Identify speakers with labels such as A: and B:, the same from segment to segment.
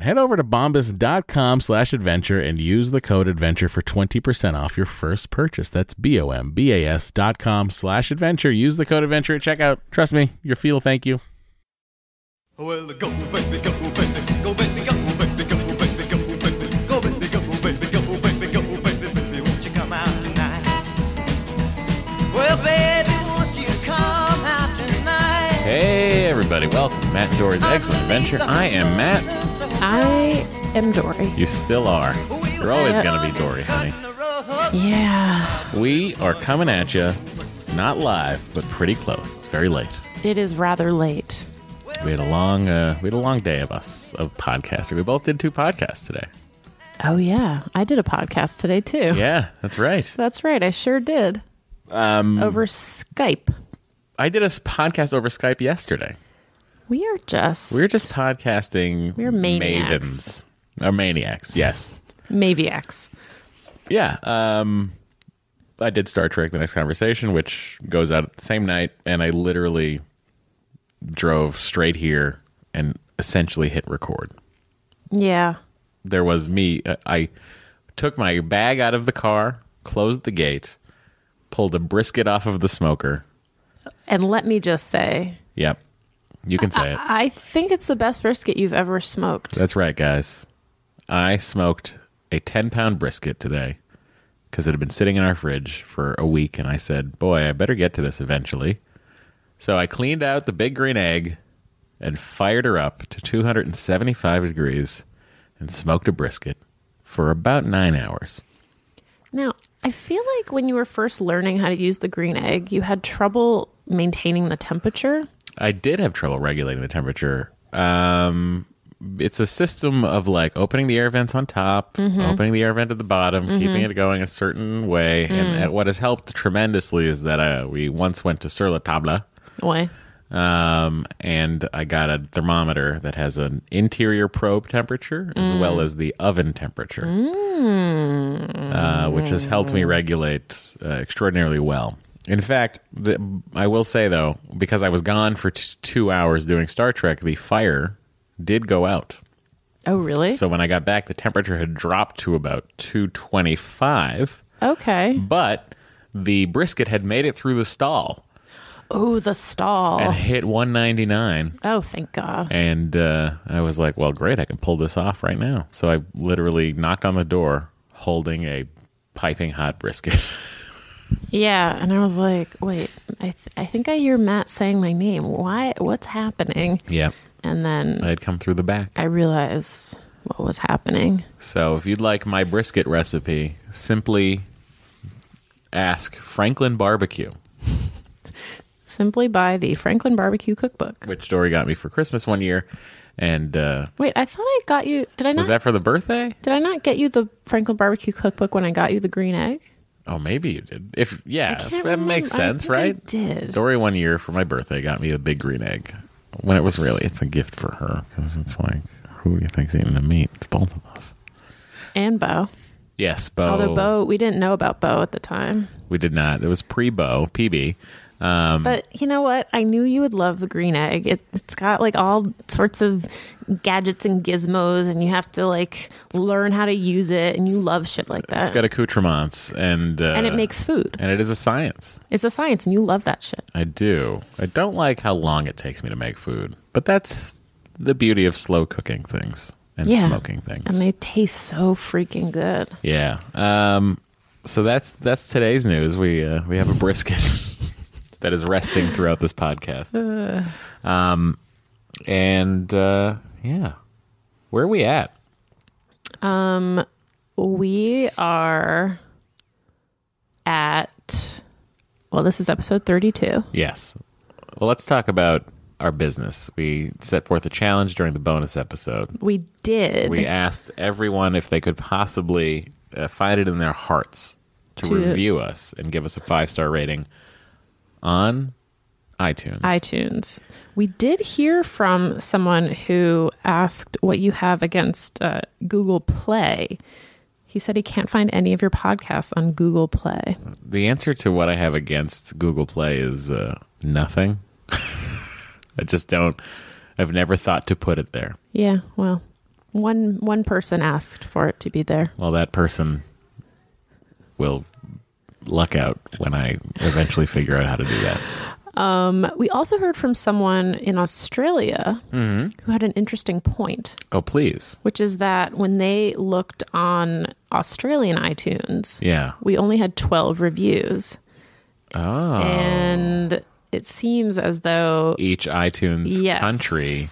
A: Head over to bombas.com slash adventure and use the code adventure for 20% off your first purchase. That's B O M B A S dot com slash adventure. Use the code adventure at checkout. Trust me, your feel thank you.
B: Well, go, baby, go, baby, go, baby, go, baby, go, baby, go, baby, go, baby, go, baby, go, baby, go, baby, baby, won't you come out tonight? Well, baby, won't you come out tonight?
A: Hey, everybody. Welcome to Matt Dory's Excellent Adventure. I am Matt.
C: I am Dory.
A: You still are. You're always going to be Dory, honey.
C: Yeah.
A: We are coming at you, not live, but pretty close. It's very late.
C: It is rather late.
A: We had a long, uh, we had a long day of us of podcasting. We both did two podcasts today.
C: Oh, yeah. I did a podcast today, too.
A: Yeah, that's right.
C: That's right. I sure did. Um, Over Skype.
A: I did a s- podcast over Skype yesterday.
C: We are just
A: We were just podcasting.
C: We're maniacs.
A: mavens or maniacs. Yes,
C: Maviacs.
A: yeah. Um, I did Star Trek: The Next Conversation, which goes out the same night, and I literally drove straight here and essentially hit record.
C: Yeah.
A: there was me. uh, I took my bag out of the car, closed the gate, pulled a brisket off of the smoker.
C: And let me just say,
A: Yep, you can say it.
C: I think it's the best brisket you've ever smoked.
A: That's right, guys. I smoked a ten-pound brisket today because it had been sitting in our fridge for a week, and I said, "Boy, I better get to this eventually." So I cleaned out the big green egg and fired her up to 275 degrees and smoked a brisket for about nine hours.
C: now, I feel like when you were first learning how to use the green egg, you had trouble maintaining the temperature.
A: I did have trouble regulating the temperature. Um, it's a system of like opening the air vents on top, opening the air vent at the bottom, keeping it going a certain way. And uh, what has helped tremendously is that uh, we once went to Sur La Table,
C: Why?
A: um, and I got a thermometer that has an interior probe temperature as well as the oven temperature, uh, which has helped me regulate uh, extraordinarily well. In fact, the, I will say though, because I was gone for t- two hours doing Star Trek, the fire did go out.
C: Oh, really?
A: So when I got back, the temperature had dropped to about 225, Mm.
C: okay.
A: but the brisket had made it through the stall
C: Oh, the stall.
A: and hit 199.
C: oh, thank God.
A: And uh, I was like, well, great, I can pull this off right now. So I literally knocked on the door holding a piping hot brisket.
C: Yeah, and I was like, wait, I th- I think I hear Matt saying my name. Why? What's happening?
A: yeah,
C: And then
A: I had come through the back.
C: I realized what was happening.
A: So if you'd like my brisket recipe, simply ask Franklin Barbecue,
C: Simply buy the Franklin Barbecue Cookbook.
A: which Dory got me for Christmas one year. And uh,
C: Wait, I thought I got you. Did I not?
A: was that for the birthday?
C: did I not get you the Franklin Barbecue Cookbook when I got you the green egg?
A: Oh, maybe you did. If yeah,
C: I
A: that
C: can't
A: makes
C: remember.
A: sense,
C: I
A: right?
C: think I did.
A: Dory one year for my birthday got me a big green egg. When it was really, it's a gift for her because it's like, who do you think's eating the meat? It's both of us.
C: And Bo.
A: Yes, Bo.
C: Although Bo, we didn't know about Bo at the time.
A: we did not. It was pre Bo PB.
C: But you know what? I knew you would love the green egg. It, it's got like all sorts of gadgets and gizmos, and you have to like learn how to use it, and you love shit like
A: It's
C: that.
A: got accoutrements and uh,
C: and it makes food.
A: and it is a science.
C: It's a science, and you love that shit.
A: I do. I don't like how long it takes me to make food, but that's the beauty of slow cooking things and
C: Yeah.
A: smoking things.
C: And they taste so freaking good.
A: yeah. Um, so that's that's today's news. We uh, we have a brisket that is resting throughout this podcast. Um, and uh, yeah, where are we at?
C: Um, We are at, well, this is episode 32.
A: Yes. Well, let's talk about our business. We set forth a challenge during the bonus episode.
C: We did.
A: we asked everyone if they could possibly uh, find it in their hearts to,
C: To-
A: review us and give us a five star rating on iTunes.
C: iTunes. We did hear from someone who asked what you have against uh, Google Play. He said he can't find any of your podcasts on Google Play.
A: the answer to what I have against Google Play is uh, nothing. I just don't. I've never thought to put it there.
C: Yeah, well, one one person asked for it to be there.
A: Well, that person will luck out when I eventually figure out how to do that.
C: Um, we also heard from someone in Australia
A: Mm-hmm.
C: who had an interesting point.
A: Oh, please.
C: which is that when they looked on Australian iTunes,
A: Yeah.
C: we only had 12 reviews.
A: Oh.
C: And it seems as though
A: Each iTunes
C: yes.
A: country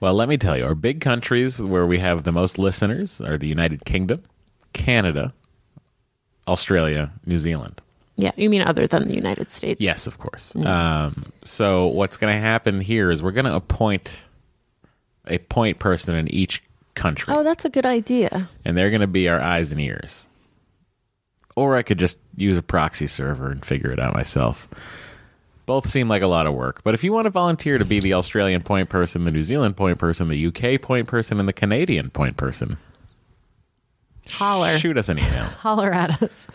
A: Well, let me tell you, our big countries where we have the most listeners are the United Kingdom, Canada, Australia, New Zealand.
C: Yeah, you mean other than the United States?
A: Yes, of course. Um, so what's going to happen here is we're going to appoint a point person in each country,
C: Oh, that's a good idea.
A: and they're going to be our eyes and ears. Or I could just use a proxy server and figure it out myself. Both seem like a lot of work, but if you want to volunteer to be the Australian point person, the New Zealand point person, the UK point person, and the Canadian point person,
C: Holler.
A: Shoot us an email.
C: Holler at us.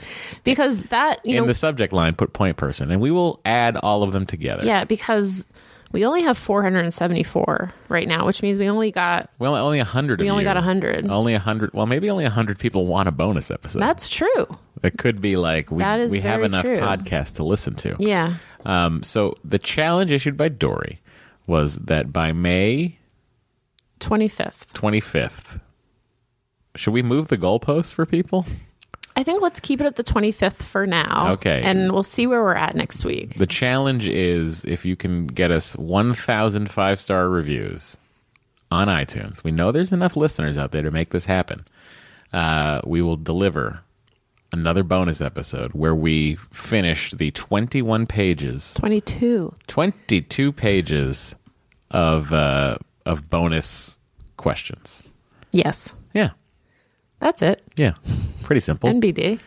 C: Because that, you
A: In
C: know,
A: the subject line, put point person, and we will add all of them together.
C: yeah, because we only have 474 right now, which means we only got,
A: Well, only 100
C: we
A: of
C: only
A: you.
C: got 100.
A: Only 100. Well, maybe only 100 people want a bonus episode.
C: That's true.
A: it could be like we,
C: That is
A: we have
C: very
A: enough
C: true.
A: podcasts to listen to.
C: Yeah.
A: Um, so the challenge issued by Dory was that by May
C: 25th.
A: 25th, should we move the goalposts for people?
C: I think let's keep it at the 25th for now.
A: Okay.
C: And we'll see where we're at next week.
A: The challenge is if you can get us 1,000 five star reviews on iTunes, we know there's enough listeners out there to make this happen. Uh, we will deliver another bonus episode where we finish the 21 pages,
C: 22.
A: 22 pages of uh, of bonus questions.
C: Yes.
A: Yeah,
C: That's it.
A: yeah, pretty simple.
C: NBD.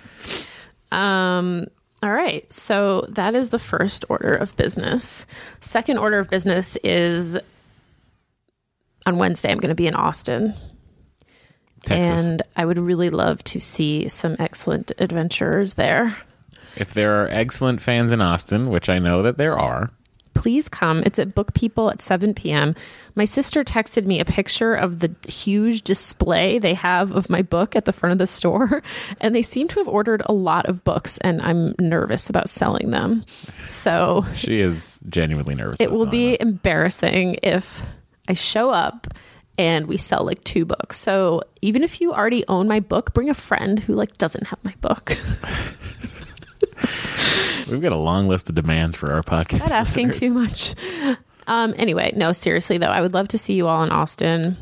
C: Um, all right. So that is the first order of business. Second order of business is on Wednesday, I'm going to be in Austin.
A: Texas.
C: And I would really love to see some excellent adventurers there.
A: if there are excellent fans in Austin, which I know that there are,
C: please come. It's at Book People at 7 p.m. My sister texted me a picture of the huge display they have of my book at the front of the store, and they seem to have ordered a lot of books, and I'm nervous about selling them. So
A: She is genuinely nervous.
C: it
A: about
C: will
A: selling
C: be
A: them.
C: embarrassing if I show up and we sell like two books. So even if you already own my book, bring a friend who like doesn't have my book.
A: We've got a long list of demands for our podcast.
C: Not asking
A: listeners.
C: too much. Um, anyway, no, seriously though, I would love to see you all in Austin.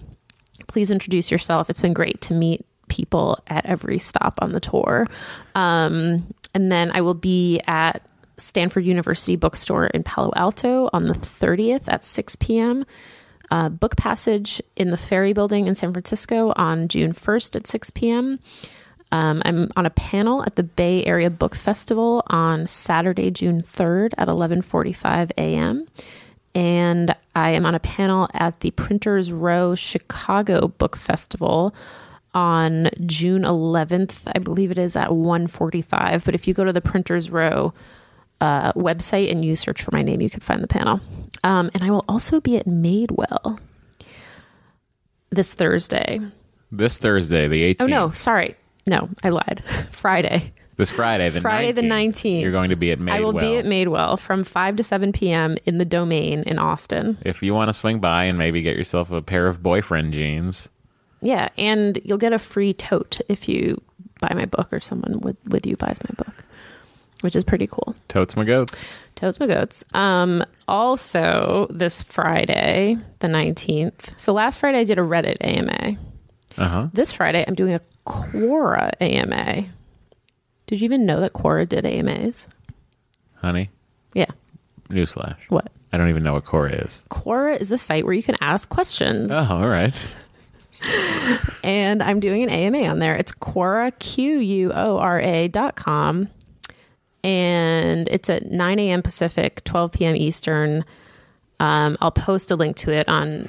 C: Please introduce yourself. It's been great to meet people at every stop on the tour. Um, and then I will be at Stanford University Bookstore in Palo Alto on the 30th at 6 p.m. Uh, Book Passage in the Ferry Building in San Francisco on June 1st at 6 p.m. Um, I'm on a panel at the Bay Area Book Festival on Saturday, June 3rd at 11:45 a.m. And I am on a panel at the Printers Row Chicago Book Festival on June 11th. I believe it is at 1:45. But if you go to the Printers Row uh, website and you search for my name, you can find the panel. Um, and I will also be at Madewell this Thursday.
A: This Thursday, the 18th.
C: Oh no, sorry. No, I lied. Friday.
A: This Friday, the
C: Friday
A: 19th,
C: the 19th.
A: You're going to be at Madewell.
C: I will be at Madewell from 5 to 7 p.m. in the domain in Austin.
A: if you want to swing by and maybe get yourself a pair of boyfriend jeans,
C: Yeah, and you'll get a free tote if you buy my book or someone with, with you buys my book, which is pretty cool.
A: totes my goats.
C: Toads my goats. Um, also, this Friday, the 19th. So last Friday, I did a Reddit AMA.
A: Uh huh.
C: This Friday, I'm doing a Quora AMA. Did you even know that Quora did AMAs?
A: Honey,
C: Yeah.
A: newsflash.
C: What?
A: I don't even know what core is.
C: Quora is a site where you can ask questions.
A: Oh, all right.
C: and I'm doing an AMA on there. It's Quora, Q U O R A dot com. And it's at 9 a.m. Pacific, 12 p.m. Eastern. Um, I'll post a link to it on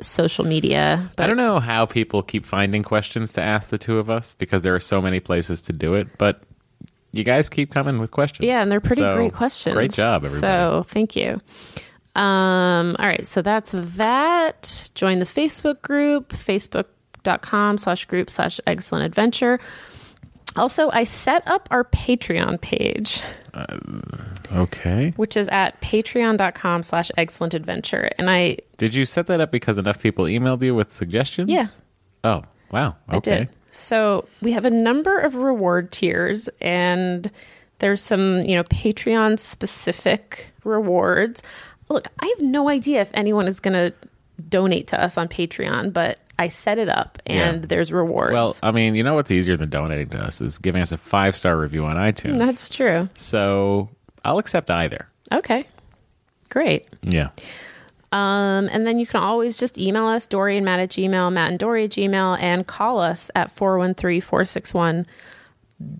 C: social media. But
A: I don't know how people keep finding questions to ask the two of us because there are so many places to do it, but you guys keep coming with questions.
C: Yeah, and they're pretty
A: So,
C: great questions.
A: Great job, everybody.
C: So thank you. Um, all right, so that's that. Join the Facebook group, facebook.com slash group slash excellent adventure. Also, I set up our Patreon page,
A: okay.
C: which is at patreon.com slash excellent adventure. And I
A: Did you set that up because enough people emailed you with suggestions?
C: Yeah.
A: Oh, wow.
C: I
A: Okay.
C: did. So we have a number of reward tiers, and there's some, you know, Patreon specific rewards. Look, I have no idea if anyone is going to donate to us on Patreon, but I set it up and
A: Yeah.
C: there's rewards.
A: Well, I mean, you know what's easier than donating to us is giving us a five star review on iTunes.
C: Hmm, that's true.
A: so I'll accept either.
C: Okay. Great.
A: Yeah.
C: Um, and then you can always just email us, Dory and Matt at Gmail, Matt and Dory at Gmail, and call us at 413 461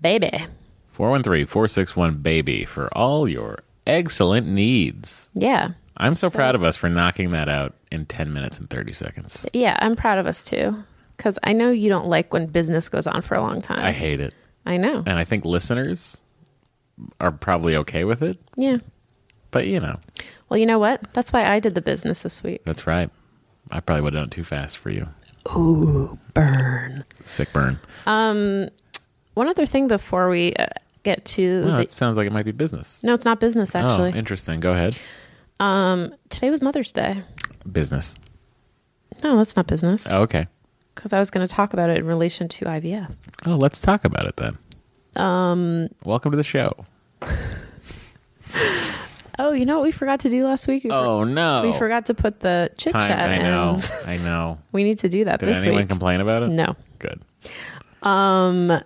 C: baby.
A: 413 461 baby for all your excellent needs.
C: Yeah.
A: I'm so, proud of us for knocking that out in 10 minutes and 30 seconds.
C: Yeah, I'm proud of us too. Because I know you don't like when business goes on for a long time.
A: I hate it.
C: I know.
A: And I think listeners are probably okay with it,
C: Yeah.
A: but you know,
C: Well, you know what? That's why I did the business this week.
A: that's right. I probably would have done it too fast for you.
C: Burn.
A: Sick burn.
C: One other thing before we uh, get to
A: No,
C: the.
A: Oh, it sounds like it might be business.
C: no, it's not business
A: Oh,
C: actually.
A: interesting. Go ahead.
C: Today was Mother's Day.
A: Business.
C: No, that's not business.
A: Oh, okay.
C: Because I was going to talk about it in relation to IVF.
A: Oh, let's talk about it then. Um, Welcome to the show.
C: Oh, you know what we forgot to do last week? We for-
A: Oh no,
C: We forgot to put the chit
A: Time.
C: chat
A: I know.
C: ends.
A: I know.
C: We need to do that
A: Did
C: this
A: anyone
C: week.
A: complain about it?
C: no.
A: Good.
C: but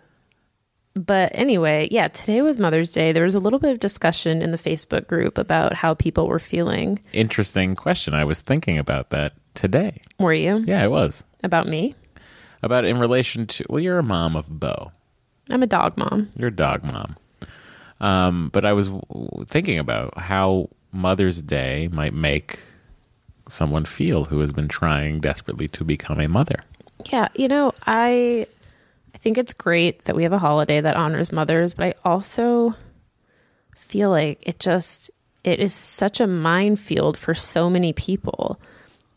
C: anyway, yeah, today was Mother's Day. There was a little bit of discussion in the Facebook group about how people were feeling.
A: Interesting question. I was thinking about that today.
C: Were you?
A: Yeah, I was
C: About me?
A: about in relation to. Well, you're a mom of Bo.
C: I'm a dog mom.
A: You're a dog mom. Um, but I was w- thinking about how Mother's Day might make someone feel who has been trying desperately to become a mother.
C: Yeah, you know, I I think it's great that we have a holiday that honors mothers, but I also feel like it just it is such a minefield for so many people.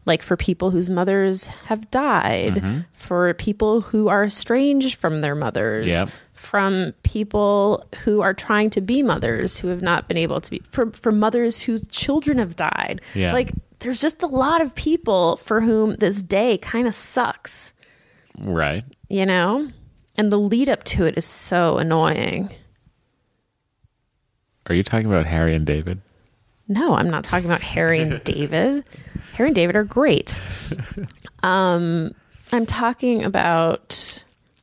C: Like for people whose mothers have died,
A: Mm-hmm.
C: for people who are estranged from their mothers,
A: Yep.
C: from people who are trying to be mothers who have not been able to be, for, for mothers whose children have died.
A: Yeah.
C: Like there's just a lot of people for whom this day kind of sucks
A: Right.
C: you know? And the lead up to it is so annoying.
A: Are you talking about Harry and David?
C: No, I'm not talking about Harry and David. Harry and David are great. Um, I'm talking about,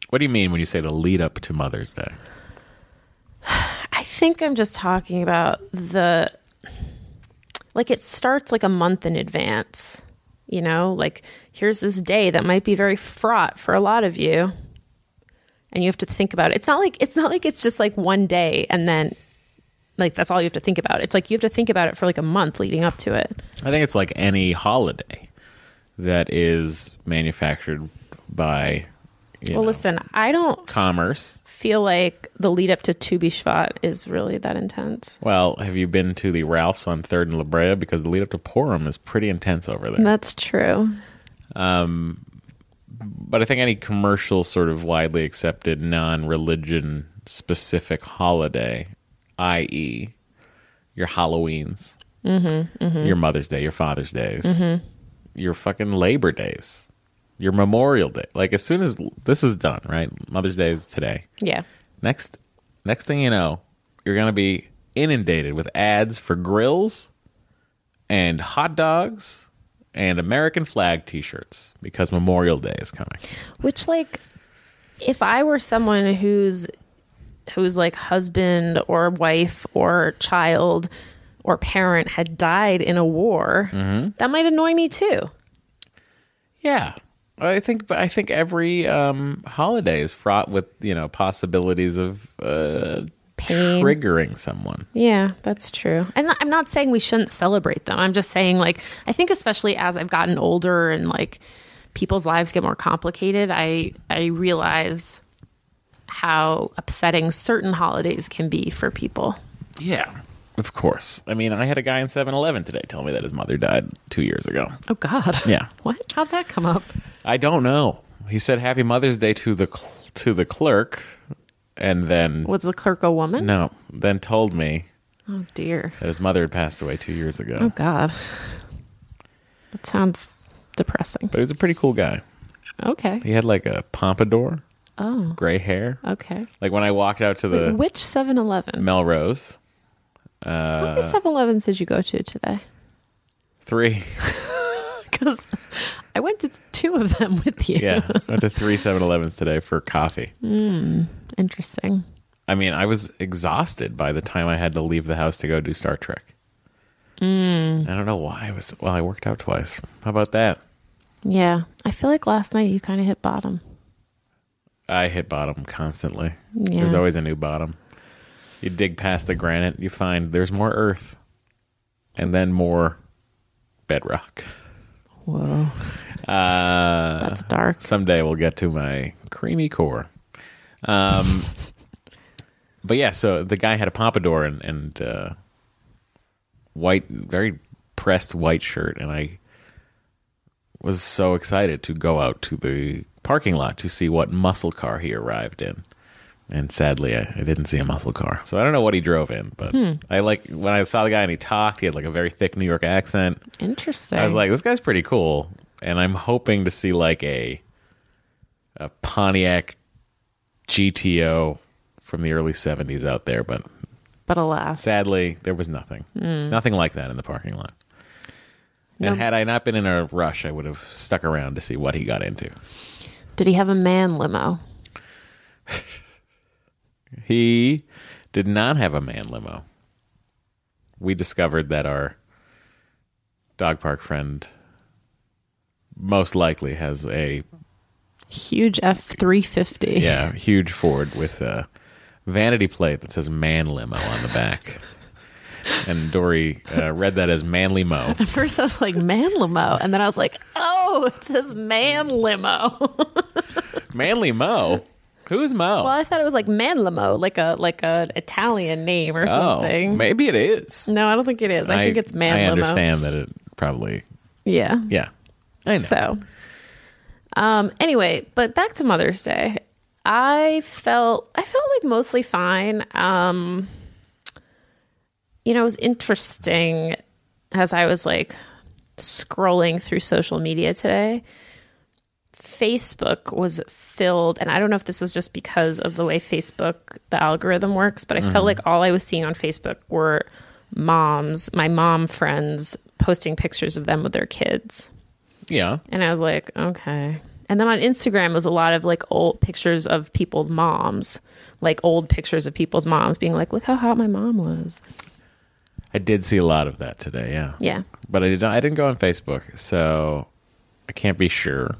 A: What do you mean when you say the lead up to Mother's Day?
C: I think I'm just talking about the, like, it starts like a month in advance, you know? Like, here's this day that might be very fraught for a lot of you. And you have to think about it. It's not like it's not like it's just like one day and then like that's all you have to think about. It's like you have to think about it for like a month leading up to it.
A: I think it's like any holiday that is manufactured by you
C: Well,
A: know,
C: listen, I don't
A: commerce.
C: feel like the lead up to Tu B'Shvat is really that intense.
A: Well, have you been to the Ralphs on Third and La Brea? Because the lead up to Purim is pretty intense over there.
C: That's true.
A: but I think any commercial sort of widely accepted non-religion specific holiday, i.e., your Halloweens, your Mother's Day, your Father's Days, your fucking Labor Days, your Memorial Day. Like as soon as this is done, right? Mother's Day is today.
C: Yeah.
A: Next, next thing you know, you're gonna be inundated with ads for grills and hot dogs and American flag T-shirts because Memorial Day is coming.
C: Which like if I were someone who's who's like husband or wife or child or parent had died in a war, that might annoy me too.
A: Yeah. I think I think every um, holiday is fraught with you know possibilities of uh,
C: Pain.
A: triggering someone.
C: Yeah, that's true. And I'm not saying we shouldn't celebrate them. I'm just saying, like, I think especially as I've gotten older and like people's lives get more complicated, I I realize how upsetting certain holidays can be for people.
A: Yeah, of course. I mean, I had a guy in 7-Eleven today tell me that his mother died two years ago.
D: Oh God.
A: Yeah.
D: What? How'd that come up?
A: I don't know. He said Happy Mother's Day to the cl- to the clerk, and then
C: Was the clerk a woman?
A: no, then told me
D: Oh dear.
A: that his mother had passed away two years ago.
D: Oh God.
C: That sounds depressing.
A: But he was a pretty cool guy.
D: Okay.
A: He had like a pompadour,
D: Oh.
A: gray hair.
D: Okay.
A: Like when I walked out to the
D: Which 7-Eleven?
A: Melrose
D: How many 7-Elevens did you go to today?
A: three.
D: Because I went to two of them with you.
A: Yeah, went to three 7-Elevens today for coffee.
D: Interesting.
A: I mean, I was exhausted by the time I had to leave the house to go do Star Trek.
D: Mm.
A: I don't know why I was. Well, I worked out twice. How about that?
D: Yeah. I feel like last night you kind of hit bottom.
A: I hit bottom constantly.
D: Yeah.
A: There's always a new bottom. You dig past the granite, you find there's more earth, and then more bedrock.
D: Whoa.
A: Uh,
D: That's dark.
A: someday we'll get to my creamy core. Um, but yeah, so the guy had a pompadour and, and uh, white, very pressed white shirt, and I was so excited to go out to the parking lot to see what muscle car he arrived in. And sadly, I, I didn't see a muscle car, so I don't know what he drove in. But I like when I saw the guy and he talked. He had like a very thick New York accent.
D: Interesting.
A: I was like, this guy's pretty cool, and I'm hoping to see like a a Pontiac GTO from the early '70s out there, but
D: but alas.
A: sadly, there was nothing, nothing like that in the parking lot. And had I not been in a rush, I would have stuck around to see what he got into.
D: Did he have a man limo?
A: He did not have a man limo. We discovered that our dog park friend most likely has a
D: Huge F three fifty.
A: Yeah, huge Ford with a vanity plate that says "man limo" on the back. and Dory uh, read that as "manly mo."
D: First I was like man limo, and then I was like, oh, it says man limo.
A: Manly mo. Who's Mo?
C: Well, I thought it was like Manlamo, like a like a Italian name or
A: oh,
C: something.
A: maybe it is.
C: no, I don't think it is. I, think it's Manlamo.
A: I understand that it probably.
C: Yeah.
A: Yeah. I know.
C: So, um, anyway, but back to Mother's Day. I felt I felt like mostly fine. Um, you know, it was interesting as I was like scrolling through social media today. Facebook was filled, and I don't know if this was just because of the way Facebook, the algorithm works, but I
A: Mm-hmm.
C: felt like all I was seeing on Facebook were moms, my mom friends posting pictures of them with their kids.
A: yeah.
C: And I was like, okay. And then on Instagram was a lot of like old pictures of people's moms, like old pictures of people's moms being like, look how hot my mom was.
A: I did see a lot of that today. Yeah.
C: Yeah.
A: But I did not, I didn't go on Facebook, so I can't be sure.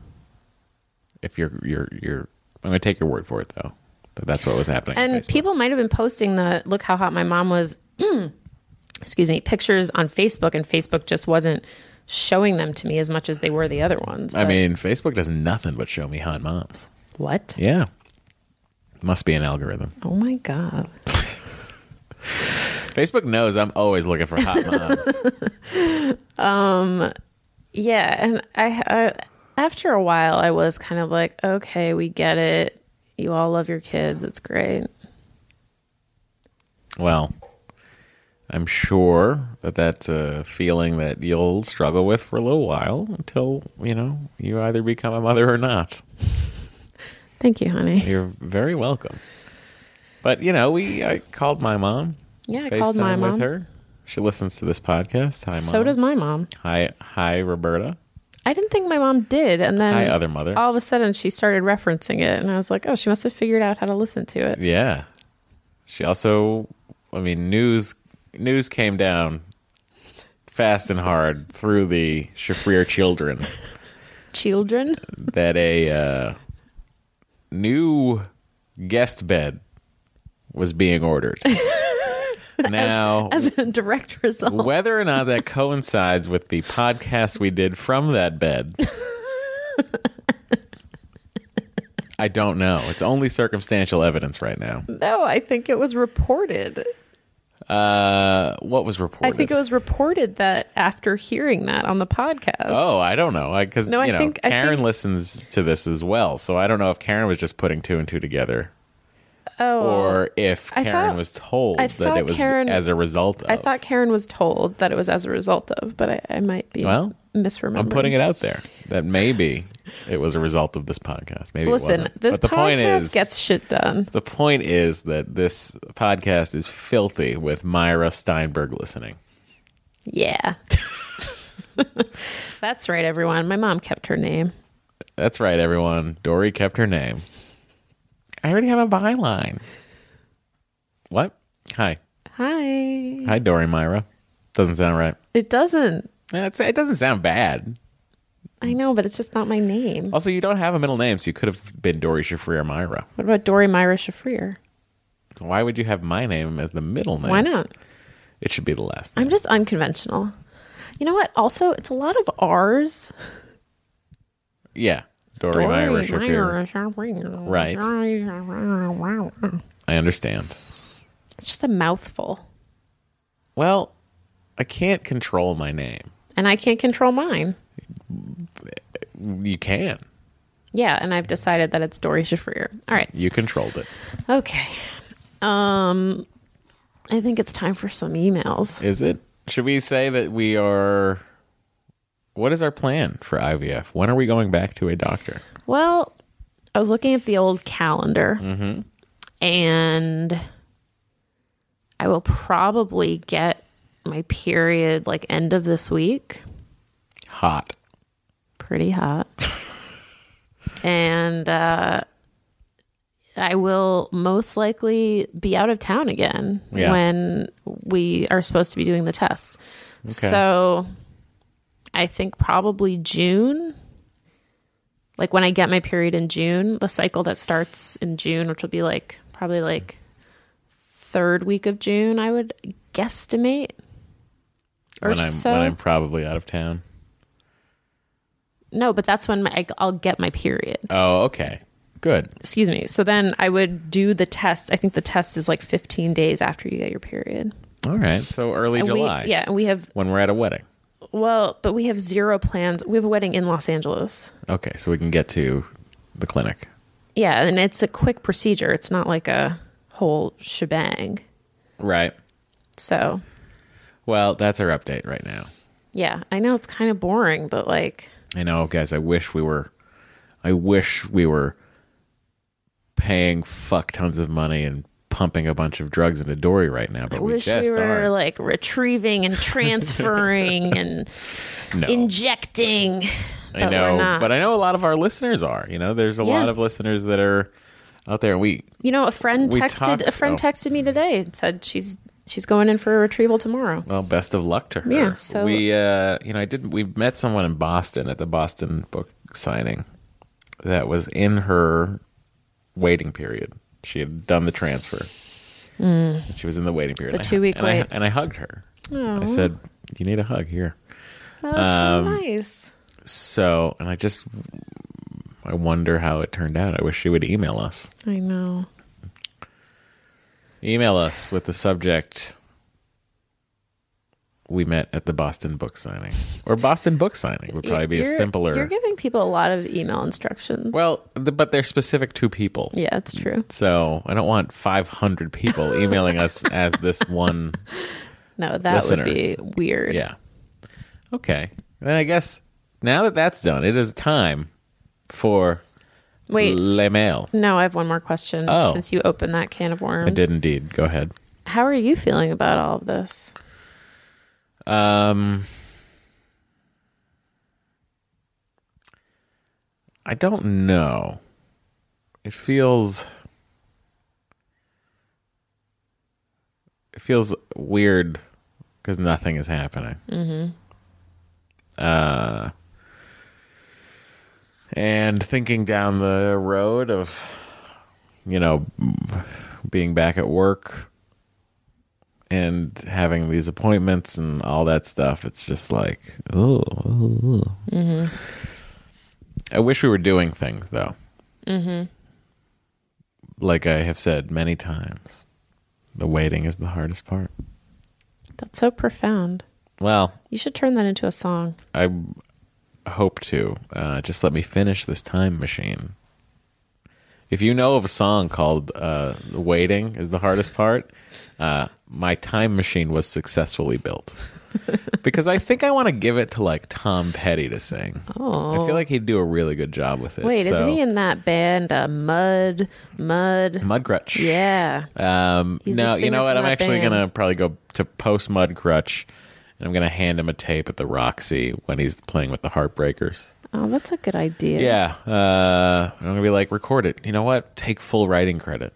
A: If you're you're you're, I'm going to take your word for it though. That that's what was happening. on
C: And
A: Facebook.
C: people might have been posting the look how hot my mom was, excuse me, pictures on Facebook, and Facebook just wasn't showing them to me as much as they were the other ones.
A: I
C: But
A: mean, Facebook does nothing but show me hot moms.
C: what?
A: Yeah. Must be an algorithm.
C: Oh my God.
A: Facebook knows I'm always looking for hot moms.
C: Yeah, and I, I after a while I was kind of like, okay, we get it. You all love your kids. It's great.
A: well, I'm sure that that's a feeling that you'll struggle with for a little while until, you know, you either become a mother or not.
C: Thank you, honey.
A: You're very welcome. But, you know, we I called my mom.
C: Yeah, I called my
A: FaceTime
C: mom.
A: with her. She listens to this podcast. Hi, mom.
C: So does my mom.
A: Hi, hi, Roberta.
C: I didn't think my mom did, and then
A: Hi, other mother.
C: all of a sudden she started referencing it, and I was like, oh, she must have figured out how to listen to it.
A: Yeah. She also, I mean, news news came down fast and hard through the Shafrir children
C: Children,
A: that a uh, new guest bed was being ordered. now,
C: as a direct result,
A: whether or not that coincides with the podcast we did from that bed. I don't know. It's only circumstantial evidence right now.
C: no, I think it was reported.
A: Uh, what was
C: I
A: reported?
C: think it was reported that after hearing that on the podcast,
A: Oh, I don't know. Because
C: No, I
A: you know,
C: think- I
A: Karen
C: think-
A: listens to this as well, so I don't know if Karen was just putting two and two together,
C: oh,
A: or if
C: I
A: Karen
C: thought-
A: was told
C: I
A: that
C: thought
A: it was
C: Karen-
A: as a result. Of.
C: I thought Karen was told that it was as a result of, but I, I might be
A: Well,
C: misremembering.
A: I'm putting it out there that maybe it was a result of this podcast. Maybe it
C: Listen,
A: wasn't.
C: this
A: but the
C: podcast
A: point is,
C: gets shit done.
A: the point is that this podcast is filthy with Myra Steinberg listening.
C: Yeah. That's right, everyone. My mom kept her name.
A: That's right, everyone. Dory kept her name. I already have a byline. What? Hi.
C: Hi.
A: Hi, Dory Myra. Doesn't sound right.
C: It doesn't.
A: Yeah, it's- it doesn't sound bad.
C: I know, but it's just not my name.
A: Also, you don't have a middle name, so you could have been Dory Shafrir or Myra.
C: What about Dory Myra Shafrir?
A: Why would you have my name as the middle name?
C: Why not?
A: It should be the last name.
C: I'm just unconventional. You know what? Also, it's a lot of R's.
A: yeah, Dory, Myra Shafrir.
C: Myra Shafrir.
A: Right. I understand.
C: It's just a mouthful.
A: Well, I can't control my name.
C: And I can't control mine.
A: You can.
C: Yeah, and I've decided that it's Dory Shafrir. All right.
A: You controlled it.
C: Okay. Um I think it's time for some emails.
A: Is it? Should we say that we are? What is our plan for IVF? When are we going back to a doctor?
C: Well, I was looking at the old calendar. And I will probably get my period like end of this week.
A: Hot.
C: Pretty hot. and uh I will most likely be out of town again
A: Yeah.
C: when we are supposed to be doing the test. So I think probably June. Like when I get my period in June, the cycle that starts in June, which will be like probably like third week of June, I would guesstimate. Or
A: when I'm
C: so.
A: when I'm probably out of town.
C: no, but that's when my, I, I'll get my period.
A: Oh, okay. Good.
C: Excuse me. So then I would do the test. I think the test is like 15 days after you get your period.
A: All right. So early
C: And
A: July.
C: We, yeah, and we have
A: When we're at a wedding.
C: well, but we have zero plans. We have a wedding in Los Angeles.
A: Okay. So we can get to the clinic.
C: Yeah, and it's a quick procedure. It's not like a whole shebang.
A: Right.
C: So,
A: Well, that's our update right now.
C: yeah, I know it's kind of boring, but like
A: I know, guys. I wish we were. I wish we were paying fuck tons of money and pumping a bunch of drugs into Dory right now, but
C: I
A: we
C: wish
A: just
C: we were
A: aren't.
C: like retrieving and transferring and
A: no,
C: injecting.
A: I
C: but we're
A: know,
C: not.
A: but I know a lot of our listeners are. You know, there's a
C: Yeah.
A: lot of listeners that are out there, and we
C: You know, a friend
A: We
C: texted
A: talked-
C: a friend
A: oh.
C: texted me today and said she's she's going in for a retrieval tomorrow.
A: Well, best of luck to her.
C: Yeah, so-
A: we, uh, you know, I did. We met someone in Boston at the Boston book signing that was in her waiting period. She had done the transfer. She was in the waiting period.
C: Hmm. The
A: And I-
C: two-week
A: and
C: wait.
A: I, and I hugged her. I said, "You need a hug here."
C: That's
A: Um,
C: so nice.
A: So, and I just, I wonder how it turned out. I wish she would email us.
C: I know.
A: Email us with the subject we met at the Boston book signing. Or Boston book signing would probably be a
C: You're-
A: simpler.
C: You're giving people a lot of email instructions.
A: well, th but they're specific to people.
C: yeah, it's true.
A: So I don't want 500 people emailing us as this one.
C: No, that
A: Listener.
C: would be weird.
A: Yeah. Okay. Then I guess now that that's done, it is time for
C: Wait.
A: Le Mail.
C: No, I have one more question
A: Oh.
C: since you opened that can of worms.
A: I did indeed. Go ahead.
C: How are you feeling about all of this?
A: Um, I don't know. It feels. It feels weird because nothing is happening. Mm-hmm. Uh, and thinking down the road of, you know, being back at work and having these appointments and all that stuff it's just like oh i wish we were doing things though mm-hmm. like i have said many times the waiting is the hardest part
C: That's so profound.
A: well
C: You should turn that into a song.
A: i hope to uh, just let me finish this time machine if you know of a song called uh, waiting is the hardest part uh, my time machine was successfully built because i think i want to give it to like tom petty to sing
C: Oh.
A: i feel like he'd do a really good job with it
C: Wait,
A: so-
C: isn't he in that band uh, Mud Mud?
A: mudcrutch
C: Yeah.
A: um,
C: He's the
A: no you
C: singer
A: know what i'm
C: from that
A: actually
C: band.
A: gonna probably go to post mudcrutch and i'm gonna hand him a tape at the roxy when he's playing with the heartbreakers
C: Oh, that's a good idea.
A: Yeah. Uh, I'm going to be like, record it. You know what? Take full writing credit.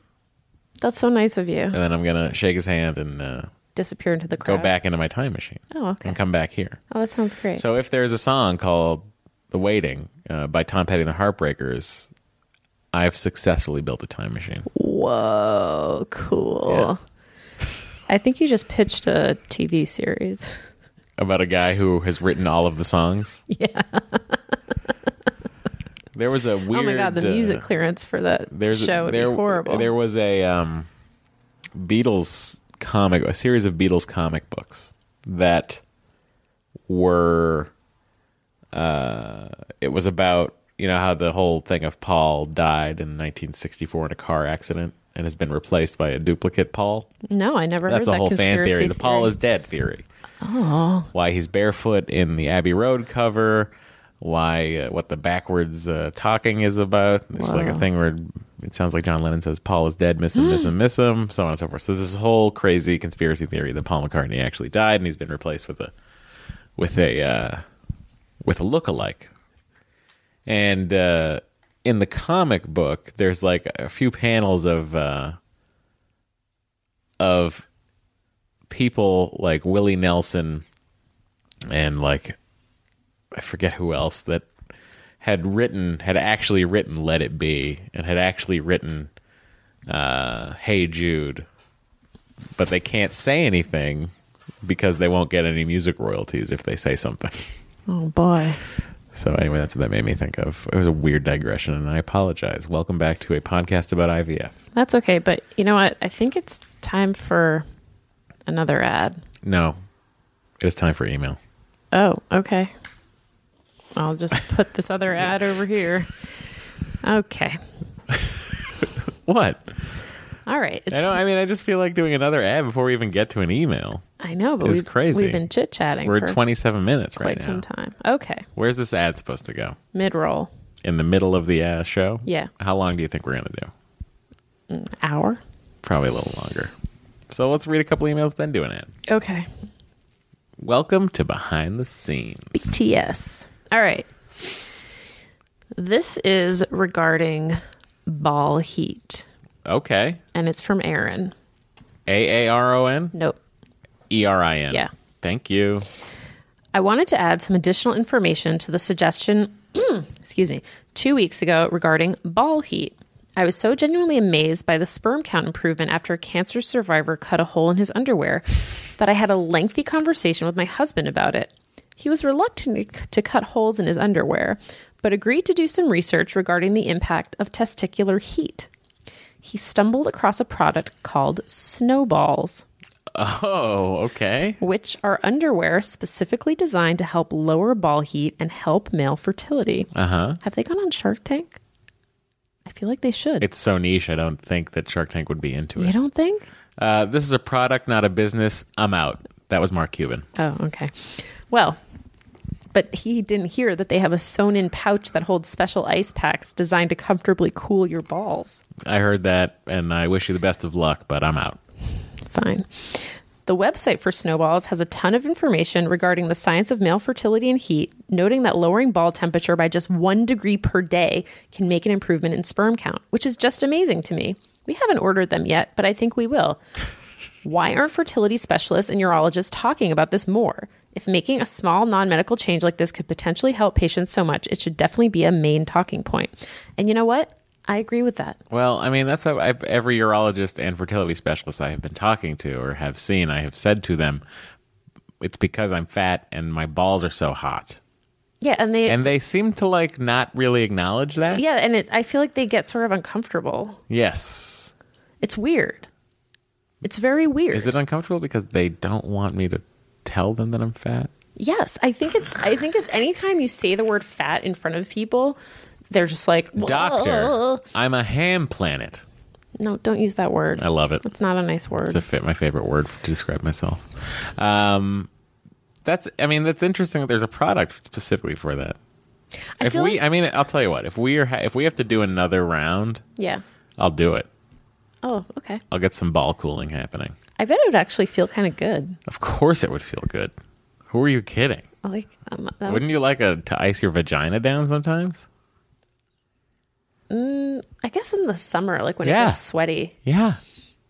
C: That's so nice of you.
A: And then I'm going to shake his hand and uh,
C: Disappear into the
A: go
C: crowd.
A: back into my time machine
C: Oh, okay.
A: and come back here.
C: Oh, that sounds great.
A: So if there's a song called The Waiting uh, by Tom Petty and the Heartbreakers, I've successfully built a time machine.
C: Whoa, cool.
A: Yeah.
C: I think you just pitched a TV series.
A: About a guy who has written all of the songs. Yeah. there was a weird.
C: oh my god, the
A: uh,
C: music clearance for that
A: there's
C: show would
A: there,
C: be horrible.
A: There was a um, Beatles comic, a series of Beatles comic books that were. Uh, it was about you know how the whole thing of Paul died in 1964 in a car accident and has been replaced by a duplicate Paul.
C: no, I never
A: That's
C: heard
A: a whole
C: that
A: fan
C: conspiracy
A: theory. The Paul is dead theory. Oh. Why he's barefoot in the Abbey Road cover. Why uh, what the backwards uh, talking is about. There's like a thing where it sounds like John Lennon says Paul is dead, miss him, miss him, miss him, so on and so forth. So this is whole crazy conspiracy theory that Paul McCartney actually died and he's been replaced with a with a uh, with a lookalike. And uh, in the comic book, there's like a few panels of uh, of people like Willie Nelson and like I forget who else that had written had actually written Let It Be and had actually written uh Hey Jude but they can't say anything because they won't get any music royalties if they say something.
C: Oh boy.
A: So anyway, that's what that made me think of. It was a weird digression, and I apologize. Welcome back to a podcast about IVF.
C: That's okay, but you know what? I think it's time for another ad.
A: No, it is time for email.
C: Oh, okay. I'll just put this other ad over here. Okay.
A: What?
C: All right. It's,
A: I know. I mean, I just feel like doing another ad before we even get to an email.
C: I know, but
A: It's
C: we've,
A: crazy.
C: we've been chit chatting
A: We're
C: for
A: at 27 minutes
C: quite
A: right now.
C: some time. Okay.
A: Where's this ad supposed to go?
C: Mid roll.
A: In the middle of the uh, show?
C: Yeah.
A: How long do you think we're going to do?
C: Hour.
A: Probably a little longer. So let's read a couple emails, then do an ad.
C: Okay.
A: Welcome to Behind the Scenes.
C: TS. All right. This is regarding ball heat,
A: Okay.
C: and it's from Aaron.
A: A A R O N
C: Nope.
A: E R I N.
C: Yeah.
A: Thank you.
C: I wanted to add some additional information to the suggestion, excuse me, two weeks ago regarding ball heat. I was so genuinely amazed by the sperm count improvement after a cancer survivor cut a hole in his underwear that I had a lengthy conversation with my husband about it. He was reluctant to cut holes in his underwear, but agreed to do some research regarding the impact of testicular heat. He stumbled across a product called snowballs
A: Oh, okay.
C: which are underwear specifically designed to help lower ball heat and help male fertility.
A: Uh huh.
C: Have they gone on Shark Tank? I feel like they should.
A: It's so niche. I don't think that Shark Tank would be into
C: you
A: it.
C: don't think?
A: Uh, this is a product, not a business. I'm out. That was Mark Cuban.
C: Oh, okay. Well, but he didn't hear that they have a sewn in pouch that holds special ice packs designed to comfortably cool your balls.
A: I heard that, and I wish you the best of luck, but I'm out.
C: Fine. The website for Snowballs has a ton of information regarding the science of male fertility and heat, noting that lowering ball temperature by just one degree per day can make an improvement in sperm count, which is just amazing to me. We haven't ordered them yet, but I think we will. Why aren't fertility specialists and urologists talking about this more? If making a small non medical change like this could potentially help patients so much, it should definitely be a main talking point. And you know what? I agree with that.
A: Well, I mean, that's what I've, every urologist and fertility specialist I have been talking to or have seen, I have said to them, it's because I'm fat and my balls are so hot.
C: Yeah, and they
A: And they seem to like not really acknowledge that.
C: yeah, and it, I feel like they get sort of uncomfortable.
A: Yes.
C: It's weird. It's very weird.
A: Is it uncomfortable because they don't want me to tell them that I'm fat?
C: Yes, I think it's. I think it's. Anytime you say the word "fat" in front of people, they're just like, "Whoa."
A: Doctor, I'm a ham planet.
C: No, don't use that word.
A: I love it.
C: It's not a nice word.
A: to fit my favorite word to describe myself. Um, that's, I mean, that's interesting. That there's a product specifically for that.
C: I
A: if
C: feel
A: we,
C: like-
A: I mean, I'll tell you what. If we are, ha- if we have to do another round,
C: yeah.
A: I'll do it.
C: Oh, okay.
A: I'll get some ball cooling happening.
C: I bet it would actually feel kind of good.
A: Of course, it would feel good. Who are you kidding?
C: Like, um, that would-
A: Wouldn't you like a, to ice your vagina down sometimes?
C: I guess in the summer, like when
A: Yeah.
C: it gets sweaty.
A: Yeah,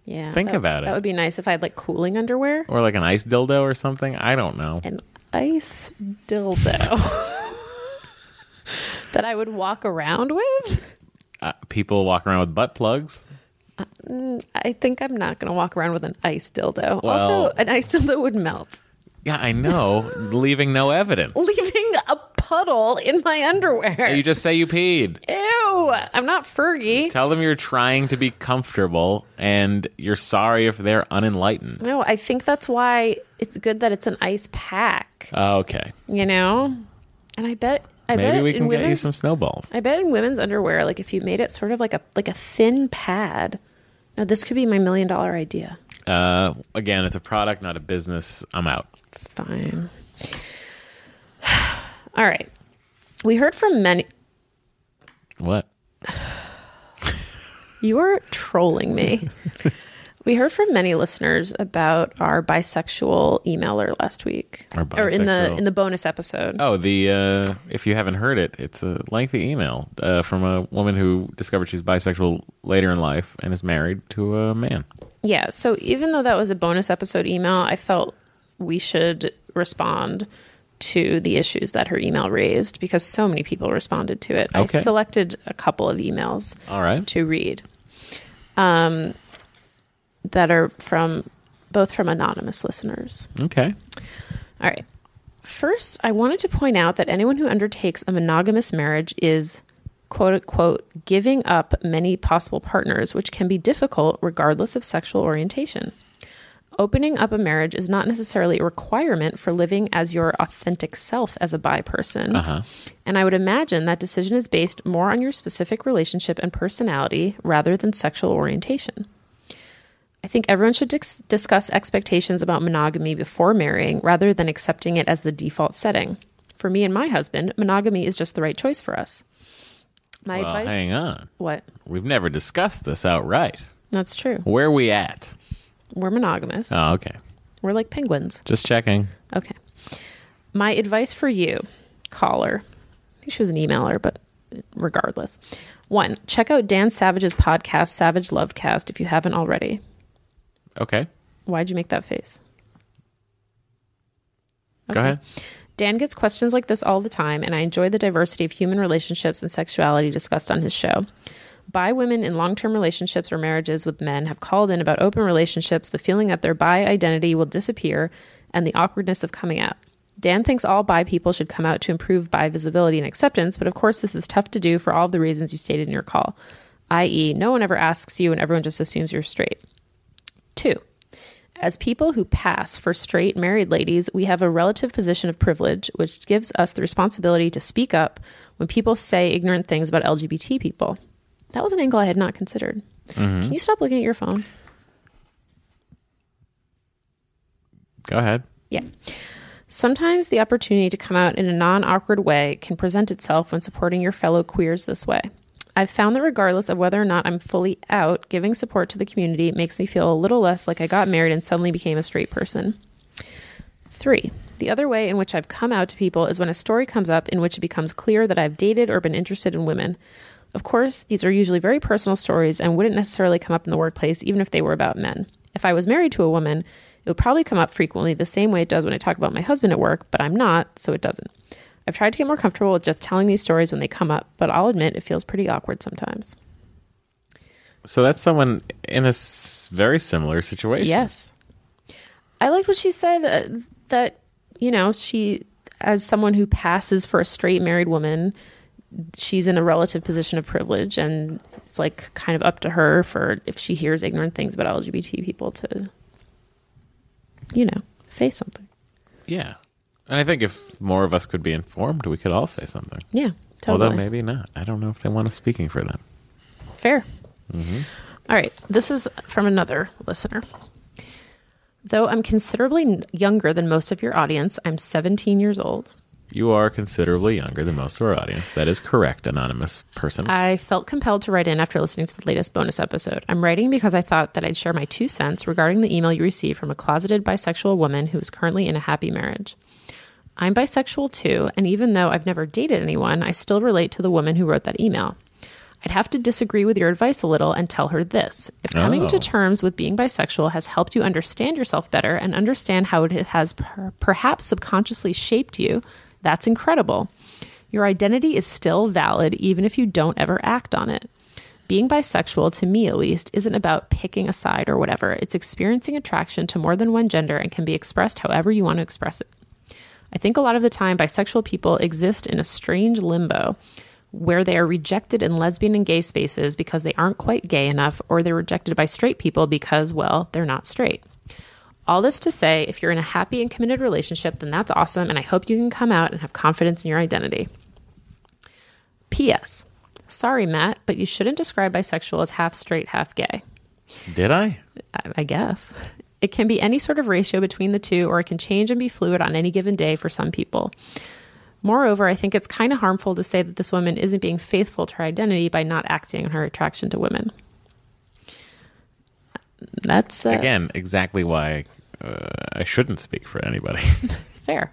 C: Yeah.
A: Think
C: that-
A: about it.
C: That would be nice if I had like cooling underwear
A: or like an ice dildo or something. I don't know.
C: and ice dildo that I would walk around with.
A: Uh, people walk around with butt plugs.
C: I think I'm not going to walk around with an ice dildo.
A: Well-
C: also, an ice dildo would melt,
A: Yeah, I know. leaving no evidence.
C: leaving a puddle in my underwear.
A: You just say you peed.
C: Ew! I'm not Fergie.
A: Tell them you're trying to be comfortable and you're sorry if they're unenlightened.
C: No, I think that's why it's good that it's an ice pack.
A: Okay.
C: You know, and I bet I
A: Maybe
C: bet
A: we
C: in
A: can get you
C: women's-
A: some snowballs.
C: I bet in women's underwear, like if you made it sort of like a like a thin pad. Now this could be my million dollar idea.
A: Uh, again, it's a product, not a business. I'm out.
C: Fine. All right. We heard from many.
A: What?
C: You are trolling me. we heard from many listeners about our bisexual emailer last week,
A: Our
C: or in the
A: bisexual-
C: in the bonus episode.
A: Oh, the uh, if you haven't heard it, it's a lengthy email uh, from a woman who discovered she's bisexual later in life and is married to a man.
C: Yeah. So even though that was a bonus episode email, I felt we should respond to the issues that her email raised because so many people responded to it. I
A: Okay.
C: selected a couple of emails
A: All right.
C: to read um, that are from both from anonymous listeners.
A: Okay.
C: All right. First, I wanted to point out that anyone who undertakes a monogamous marriage is, quote unquote, giving up many possible partners, which can be difficult regardless of sexual orientation. Opening up a marriage is not necessarily a requirement for living as your authentic self as a bi person.
A: Uh-huh.
C: And I would imagine that decision is based more on your specific relationship and personality rather than sexual orientation. I think everyone should dis- discuss expectations about monogamy before marrying rather than accepting it as the default setting. For me and my husband, monogamy is just the right choice for us. My
A: well,
C: advice
A: hang on.
C: What?
A: We've never discussed this outright.
C: That's true.
A: Where we at?
C: We're monogamous.
A: Oh, okay.
C: We're like penguins.
A: Just checking.
C: Okay. My advice for you, caller. I think she was an emailer, but regardless. One, check out Dan Savage's podcast, Savage Lovecast, if you haven't already.
A: Okay.
C: Why'd you make that face?
A: Go ahead.
C: Dan gets questions like this all the time, and I enjoy the diversity of human relationships and sexuality discussed on his show. Bi women in long term relationships or marriages with men have called in about open relationships, the feeling that their bi identity will disappear, and the awkwardness of coming out. Dan thinks all bi people should come out to improve bi visibility and acceptance, but of course, this is tough to do for all of the reasons you stated in your call, i.e., no one ever asks you and everyone just assumes you're straight. Two, as people who pass for straight married ladies, we have a relative position of privilege, which gives us the responsibility to speak up when people say ignorant things about LGBT people. That was an angle I had not considered. Can you stop looking at your phone?
A: Go ahead.
C: Yeah. Sometimes the opportunity to come out in a non awkward way can present itself when supporting your fellow queers this way. I've found that regardless of whether or not I'm fully out, giving support to the community makes me feel a little less like I got married and suddenly became a straight person. Three, the other way in which I've come out to people is when a story comes up in which it becomes clear that I've dated or been interested in women. Of course, these are usually very personal stories and wouldn't necessarily come up in the workplace, even if they were about men. If I was married to a woman, it would probably come up frequently the same way it does when I talk about my husband at work, but I'm not, so it doesn't. I've tried to get more comfortable with just telling these stories when they come up, but I'll admit it feels pretty awkward sometimes.
A: So that's someone in a s- very similar situation.
C: Yes. I liked what she said uh, that, you know, she, as someone who passes for a straight married woman, she's in a relative position of privilege and it's like kind of up to her for if she hears ignorant things about LGBT people to, you know, say something.
A: Yeah. And I think if more of us could be informed, we could all say something.
C: Yeah. Totally.
A: Although maybe not. I don't know if they want us speaking for them.
C: Fair. All right. This is from another listener. Though I'm considerably n- younger than most of your audience, I'm 17 years old.
A: You are considerably younger than most of our audience. That is correct, anonymous person.
C: I felt compelled to write in after listening to the latest bonus episode. I'm writing because I thought that I'd share my two cents regarding the email you received from a closeted bisexual woman who is currently in a happy marriage. I'm bisexual too, and even though I've never dated anyone, I still relate to the woman who wrote that email. I'd have to disagree with your advice a little and tell her this. If coming
A: Oh.
C: to terms with being bisexual has helped you understand yourself better and understand how it has per- perhaps subconsciously shaped you, that's incredible. Your identity is still valid even if you don't ever act on it. Being bisexual, to me at least, isn't about picking a side or whatever. It's experiencing attraction to more than one gender and can be expressed however you want to express it. I think a lot of the time, bisexual people exist in a strange limbo where they are rejected in lesbian and gay spaces because they aren't quite gay enough, or they're rejected by straight people because, well, they're not straight. All this to say, if you're in a happy and committed relationship, then that's awesome, and I hope you can come out and have confidence in your identity. P.S. Sorry, Matt, but you shouldn't describe bisexual as half straight, half gay.
A: Did I?
C: I- I guess. It can be any sort of ratio between the two, or it can change and be fluid on any given day for some people. Moreover, I think it's kind of harmful to say that this woman isn't being faithful to her identity by not acting on her attraction to women. That's uh,
A: Again, exactly why uh, I shouldn't speak for anybody.
C: fair.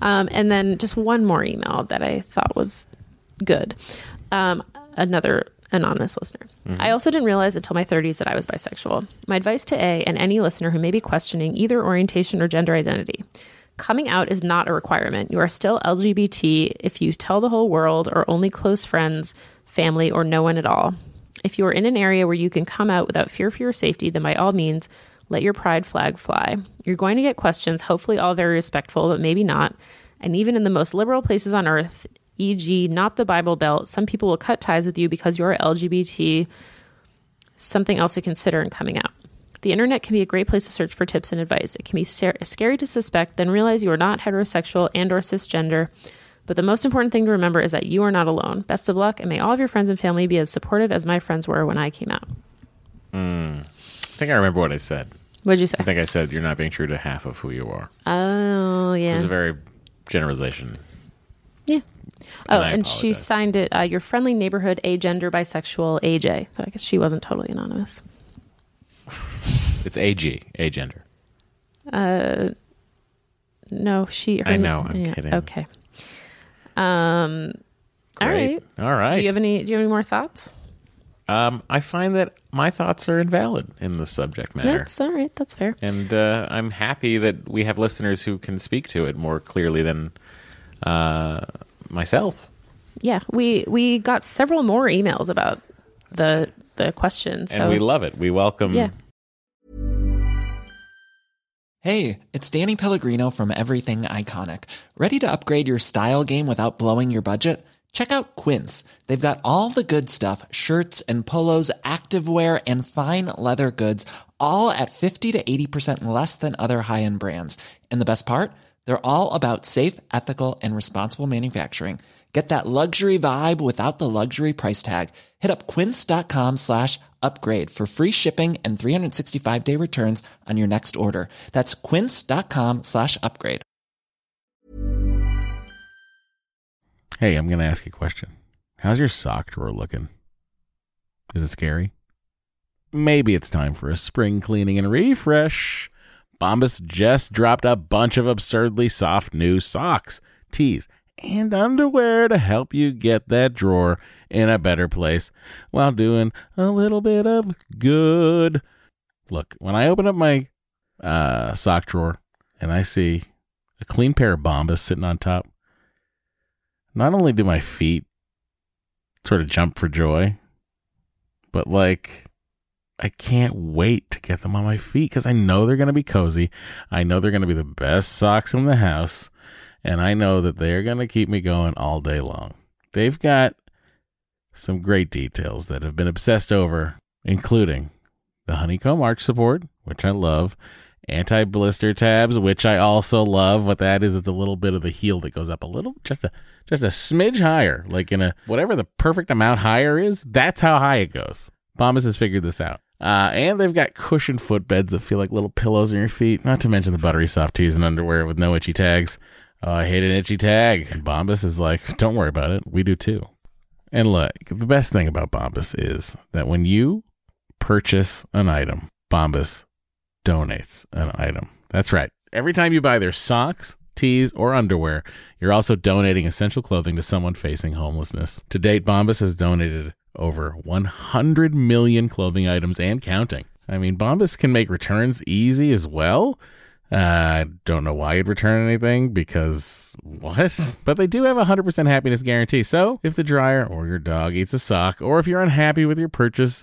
C: Um, and then just one more email that I thought was good. Um, another anonymous listener. I also didn't realize until my 30s that I was bisexual. My advice to A and any listener who may be questioning either orientation or gender identity coming out is not a requirement. You are still LGBT if you tell the whole world or only close friends, family, or no one at all. If you are in an area where you can come out without fear for your safety, then by all means, Let your pride flag fly. You're going to get questions, hopefully, all very respectful, but maybe not. And even in the most liberal places on earth, e.g., not the Bible Belt, some people will cut ties with you because you're LGBT, something else to consider in coming out. The internet can be a great place to search for tips and advice. It can be ser- scary to suspect, then realize you are not heterosexual and or cisgender. But the most important thing to remember is that you are not alone. Best of luck, and may all of your friends and family be as supportive as my friends were when I came out.
A: I think I remember what I said.
C: What'd you say?
A: I think I said you're not being true to half of who you are.
C: Oh
A: It was
C: yeah,
A: a very generalization.
C: yeah. Oh,
A: I
C: and, she
A: apologize.
C: signed it. Uh, your friendly neighborhood, agender, bisexual, AJ. So I guess she wasn't totally anonymous.
A: It's AG, agender.
C: No, she. Her,
A: I know, I'm kidding.
C: Okay. Um. All right.
A: Great. All right.
C: Do you have any? Do you have any more thoughts?
A: Um, I find that my thoughts are invalid in the subject matter.
C: That's all right. That's fair.
A: and uh, I'm happy that we have listeners who can speak to it more clearly than uh, myself.
C: Yeah, we we got several more emails about the the question. So
A: and we love it. We welcome.
C: Yeah.
E: Hey, it's Danny Pellegrino from Everything Iconic. Ready to upgrade your style game without blowing your budget? Check out Quince. They've got all the good stuff shirts and polos, activewear, and fine leather goods, all at 50 to 80% less than other high end brands. And the best part? They're all about safe, ethical, and responsible manufacturing. Get that luxury vibe without the luxury price tag. Hit up quince.com slash upgrade for free shipping and 365 day returns on your next order. That's quince.com slash upgrade.
F: Hey, I'm going to ask you a question. How's your sock drawer looking? Is it scary? Maybe it's time for a spring cleaning and refresh. Bombas just dropped a bunch of absurdly soft new socks, tees, and underwear to help you get that drawer in a better place while doing a little bit of good. Look, when I open up my uh, sock drawer and I see a clean pair of Bombas sitting on top, not only do my feet sort of jump for joy, but like I can't wait to get them on my feet because I know they're going to be cozy. I know they're going to be the best socks in the house. And I know that they're going to keep me going all day long. They've got some great details that have been obsessed over, including the honeycomb arch support, which I love, anti blister tabs, which I also love. What that is, it's a little bit of the heel that goes up a little, just a just a smidge higher, like in a whatever the perfect amount higher is. That's how high it goes. Bombas has figured this out. Uh, and they've got cushioned footbeds that feel like little pillows on your feet, not to mention the buttery soft tees and underwear with no itchy tags. Oh, I hate an itchy tag. And Bombas is like, don't worry about it. We do too. And look, the best thing about Bombas is that when you purchase an item, Bombas donates an item. That's right. Every time you buy their socks, tees, or underwear, you're also donating essential clothing to someone facing homelessness. To date, Bombas has donated over 100 million clothing items and counting. I mean, Bombas can make returns easy as well. Uh, I don't know why you'd return anything because what? But they do have a 100% happiness guarantee. So if the dryer or your dog eats a sock, or if you're unhappy with your purchase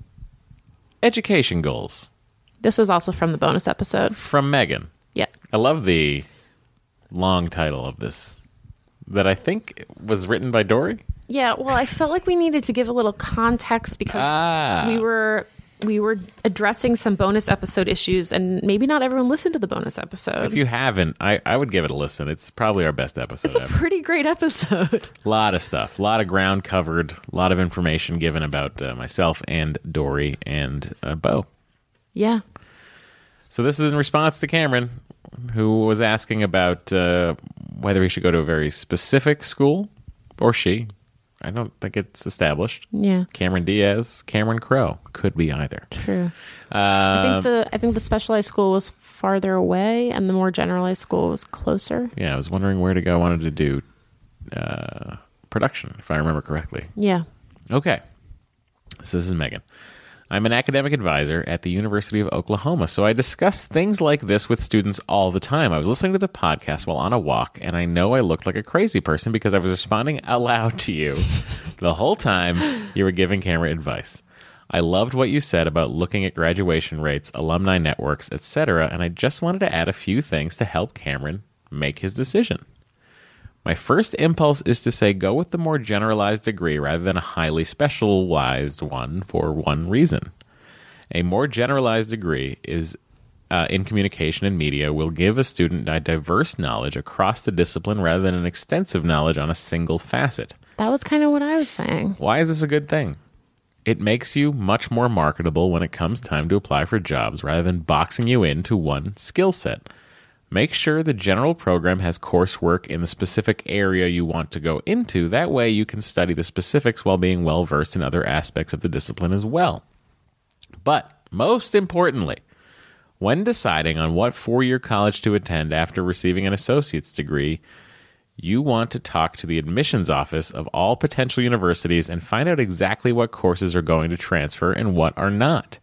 A: education goals
C: this was also from the bonus episode.
A: from Megan.
C: Yeah,
A: I love the long title of this that I think was written by Dory.
C: yeah. Well, I felt like we needed to give a little context because
A: Ah.
C: we were we were addressing some bonus episode issues, and maybe not everyone listened to the bonus episode.
A: If you haven't, I, I would give it a listen. It's probably our best episode
C: it's a
A: ever.
C: pretty great episode.
A: lot of stuff, a lot of ground covered, a lot of information given about uh, myself and Dory and uh, Bo.
C: Yeah.
A: So this is in response to Cameron, who was asking about uh, whether he should go to a very specific school or she. I don't think it's established.
C: Yeah.
A: Cameron Diaz, Cameron Crow could be either.
C: True. I
A: Uh,
C: think the I think the specialized school was farther away, and the more generalized school was closer.
A: yeah, I was wondering where to go. I wanted to do uh, production, if I remember correctly.
C: Yeah.
A: Okay. So this is Megan. I'm an academic advisor at the University of Oklahoma, so I discuss things like this with students all the time. I was listening to the podcast while on a walk, and I know I looked like a crazy person because I was responding aloud to you the whole time you were giving camera advice. I loved what you said about looking at graduation rates, alumni networks, etc., and I just wanted to add a few things to help Cameron make his decision. My first impulse is to say go with the more generalized degree rather than a highly specialized one for one reason. A more generalized degree is uh, in communication and media will give a student a diverse knowledge across the discipline rather than an extensive knowledge on a single facet.
C: That was kind of what I was saying.
A: Why is this a good thing? It makes you much more marketable when it comes time to apply for jobs rather than boxing you into one skill set. Make sure the general program has coursework in the specific area you want to go into. That way, you can study the specifics while being well versed in other aspects of the discipline as well. But most importantly, when deciding on what four year college to attend after receiving an associate's degree, you want to talk to the admissions office of all potential universities and find out exactly what courses are going to transfer and what are not.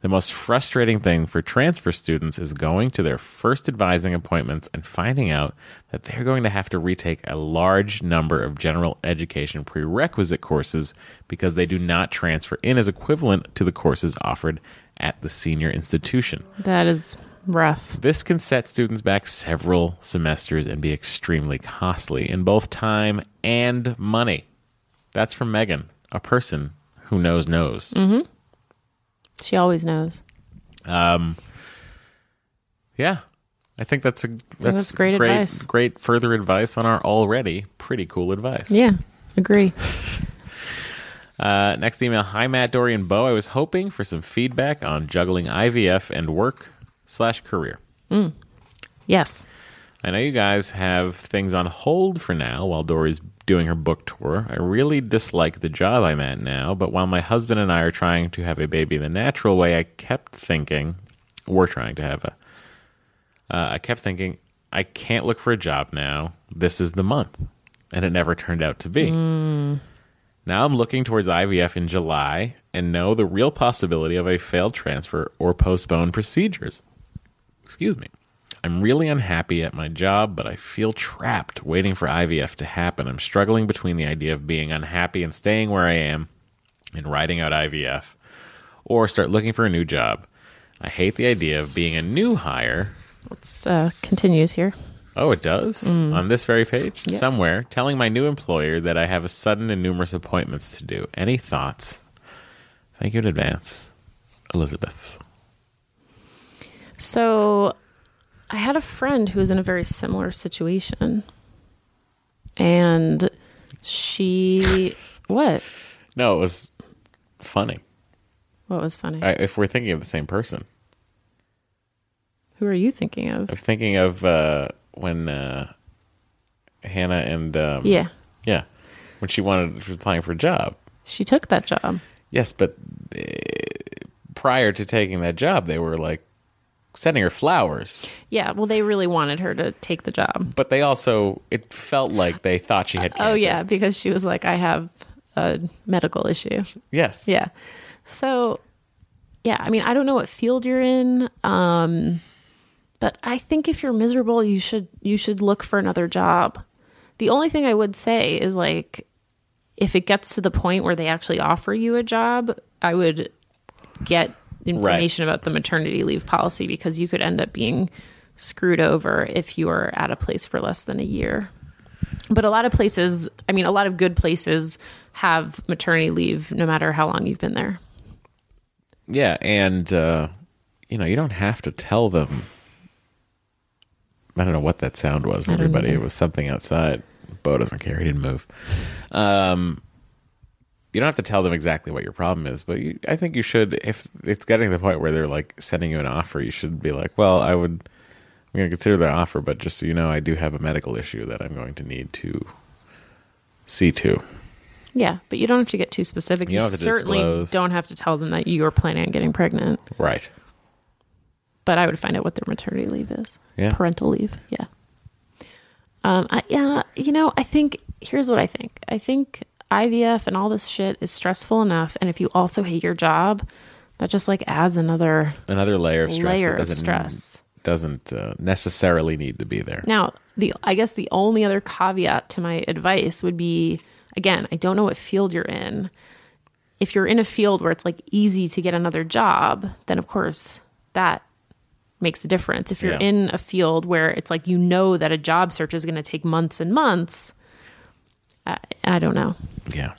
A: The most frustrating thing for transfer students is going to their first advising appointments and finding out that they're going to have to retake a large number of general education prerequisite courses because they do not transfer in as equivalent to the courses offered at the senior institution.
C: That is rough.
A: This can set students back several semesters and be extremely costly in both time and money. That's from Megan, a person who knows knows.
C: Mm-hmm. She always knows.
A: Yeah. I think that's a that's,
C: that's great
A: great
C: advice.
A: Great further advice on our already pretty cool advice.
C: Yeah. Agree.
A: Uh, next email Hi, Matt, Dory, and Bo. I was hoping for some feedback on juggling IVF and work slash career.
C: Yes.
A: I know you guys have things on hold for now while Dory's doing her book tour. I really dislike the job I'm at now, but while my husband and I are trying to have a baby the natural way, I kept thinking, we're trying to have a. Uh, I kept thinking, I can't look for a job now. This is the month. And it never turned out to be. Now I'm looking towards IVF in July and know the real possibility of a failed transfer or postponed procedures. Excuse me. I'm really unhappy at my job, but I feel trapped waiting for IVF to happen. I'm struggling between the idea of being unhappy and staying where I am and riding out IVF or start looking for a new job. I hate the idea of being a new hire
C: So continues here.
A: Oh, it does? On this very page? Somewhere, telling my new employer that I have a sudden and numerous appointments to do. Any thoughts? Thank you in advance, Elizabeth.
C: So I had a friend who was in a very similar situation. And she what?
A: No, it was funny.
C: What was funny?
A: I, if we're thinking of the same person,
C: Who are you thinking of?
A: I'm thinking of uh, when uh, Hannah and. Um,
C: Yeah.
A: Yeah. When she wanted, she was applying for a job.
C: She took that job.
A: Yes, but uh, prior to taking that job, they were like sending her flowers.
C: Yeah, well they really wanted her to take the job.
A: but they also it felt like they thought she had cancer.
C: Oh yeah, because she was like I have a medical issue.
A: yes
C: Yeah. So, yeah, I mean, I don't know what field you're in, um, but I think if you're miserable, you should you should look for another job. The only thing I would say is like, if it gets to the point where they actually offer you a job, I would get information about the maternity leave policy because you could end up being screwed over if you are at a place for less than a year. But a lot of places, I mean, a lot of good places have maternity leave no matter how long you've been there.
A: Yeah, and uh, you know, you don't have to tell them. I don't know what that sound was. Everybody, it was something outside. Bo doesn't care. He didn't move. Um, you don't have to tell them exactly what your problem is, but you, I think you should. If it's getting to the point where they're like sending you an offer, you should be like, "Well, I would. I'm going to consider their offer, but just so you know, I do have a medical issue that I'm going to need to see to."
C: Yeah, but you don't have to get too specific.
A: You
C: You,
A: don't have to
C: certainly
A: disclose.
C: don't have to tell them that you are planning on getting pregnant.
A: Right.
C: But I would find out what their maternity leave is.
A: Yeah.
C: Parental leave. Yeah. Um. I, yeah. You know, I think here's what I think. I think IVF and all this shit is stressful enough, and if you also hate your job, that just like adds another
A: Another layer of stress.
C: layer
A: that
C: of
A: doesn't,
C: stress.
A: Doesn't uh, necessarily need to be there.
C: Now, the I guess the only other caveat to my advice would be again, I don't know what field you're in. If you're in a field where it's like easy to get another job, then of course that makes a difference. If you're
A: Yeah.
C: in a field where it's like you know that a job search is going to take months and months, I, I don't know.
A: Yeah.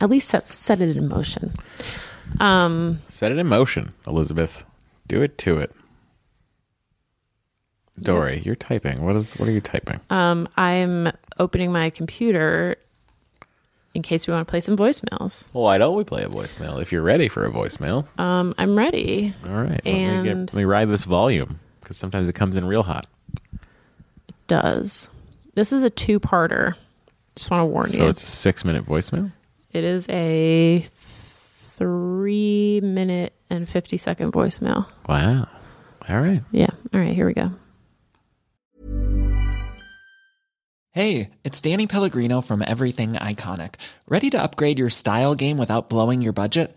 C: At least set set it in motion. Um,
A: Set it in motion, Elizabeth. Do it to it. Dory, you're typing. What is? What are you typing?
C: Um, I'm opening my computer in case we want to play some voicemails.
A: Why don't we play a voicemail? If you're ready for a voicemail,
C: Um, I'm ready.
A: all right. let, me
C: and-
A: let me ride this volume because sometimes it comes in real hot.
C: does. This is a two parter. Just want to warn
A: So
C: you.
A: it's a six minute voicemail.
C: It is a three minute and 50 second voicemail.
A: Wow. All right.
C: Yeah. All right. Here we go.
E: Hey, it's Danny Pellegrino from Everything Iconic. Ready to upgrade your style game without blowing your budget?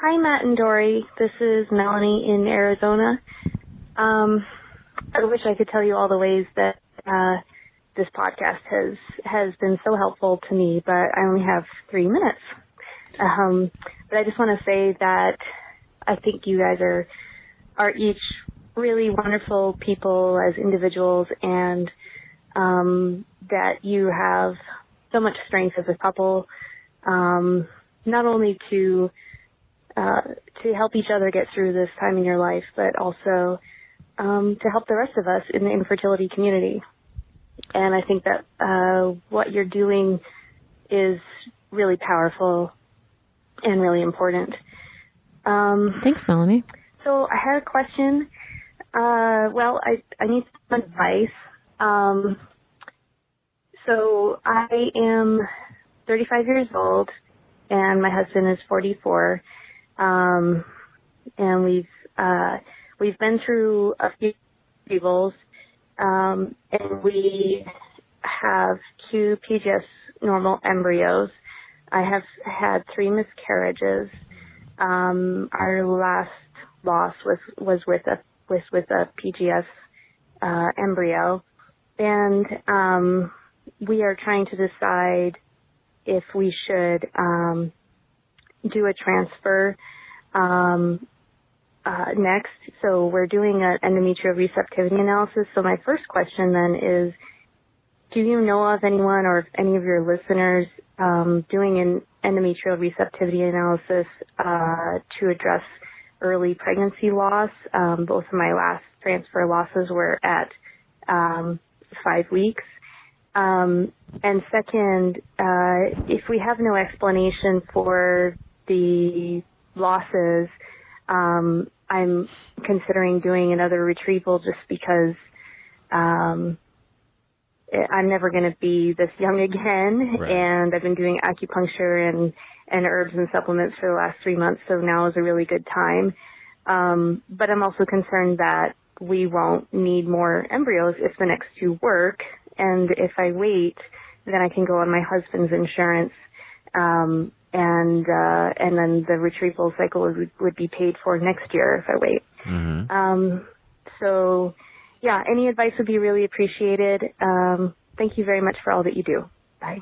G: Hi, Matt and Dory. This is Melanie in Arizona. Um, I wish I could tell you all the ways that uh, this podcast has has been so helpful to me, but I only have three minutes. Um, but I just want to say that I think you guys are are each really wonderful people as individuals, and um, that you have so much strength as a couple. Um, not only to uh, to help each other get through this time in your life, but also um, to help the rest of us in the infertility community. And I think that uh, what you're doing is really powerful and really important. Um,
C: Thanks, Melanie.
G: so I had a question. Uh, well, I, I need some advice. Um, so I am 35 years old and my husband is 44. Um, and we've, uh, we've been through a few tables. Um, and we have two PGS normal embryos. I have had three miscarriages um, our last loss was was with a was with a PGS uh, embryo, and um, we are trying to decide if we should um, do a transfer um, uh, next. So we're doing an endometrial receptivity analysis. So my first question then is. Do you know of anyone or if any of your listeners um, doing an endometrial receptivity analysis uh, to address early pregnancy loss? Um, both of my last transfer losses were at um, five weeks. Um, and second, uh, if we have no explanation for the losses, um, I'm considering doing another retrieval just because um, eh, I'm never going to be this young again.
A: Right.
G: And I've been doing acupuncture and, and herbs and supplements for the last three months, so now is a really good time. Um, but I'm also concerned that we won't need more embryos if the next two work. And if I wait, then I can go on my husband's insurance um, and uh, and then the retrieval cycle would, would be paid for next year if I wait. Um, so, yeah, any advice would be really appreciated. Um, thank you very much for all that you do. Bye.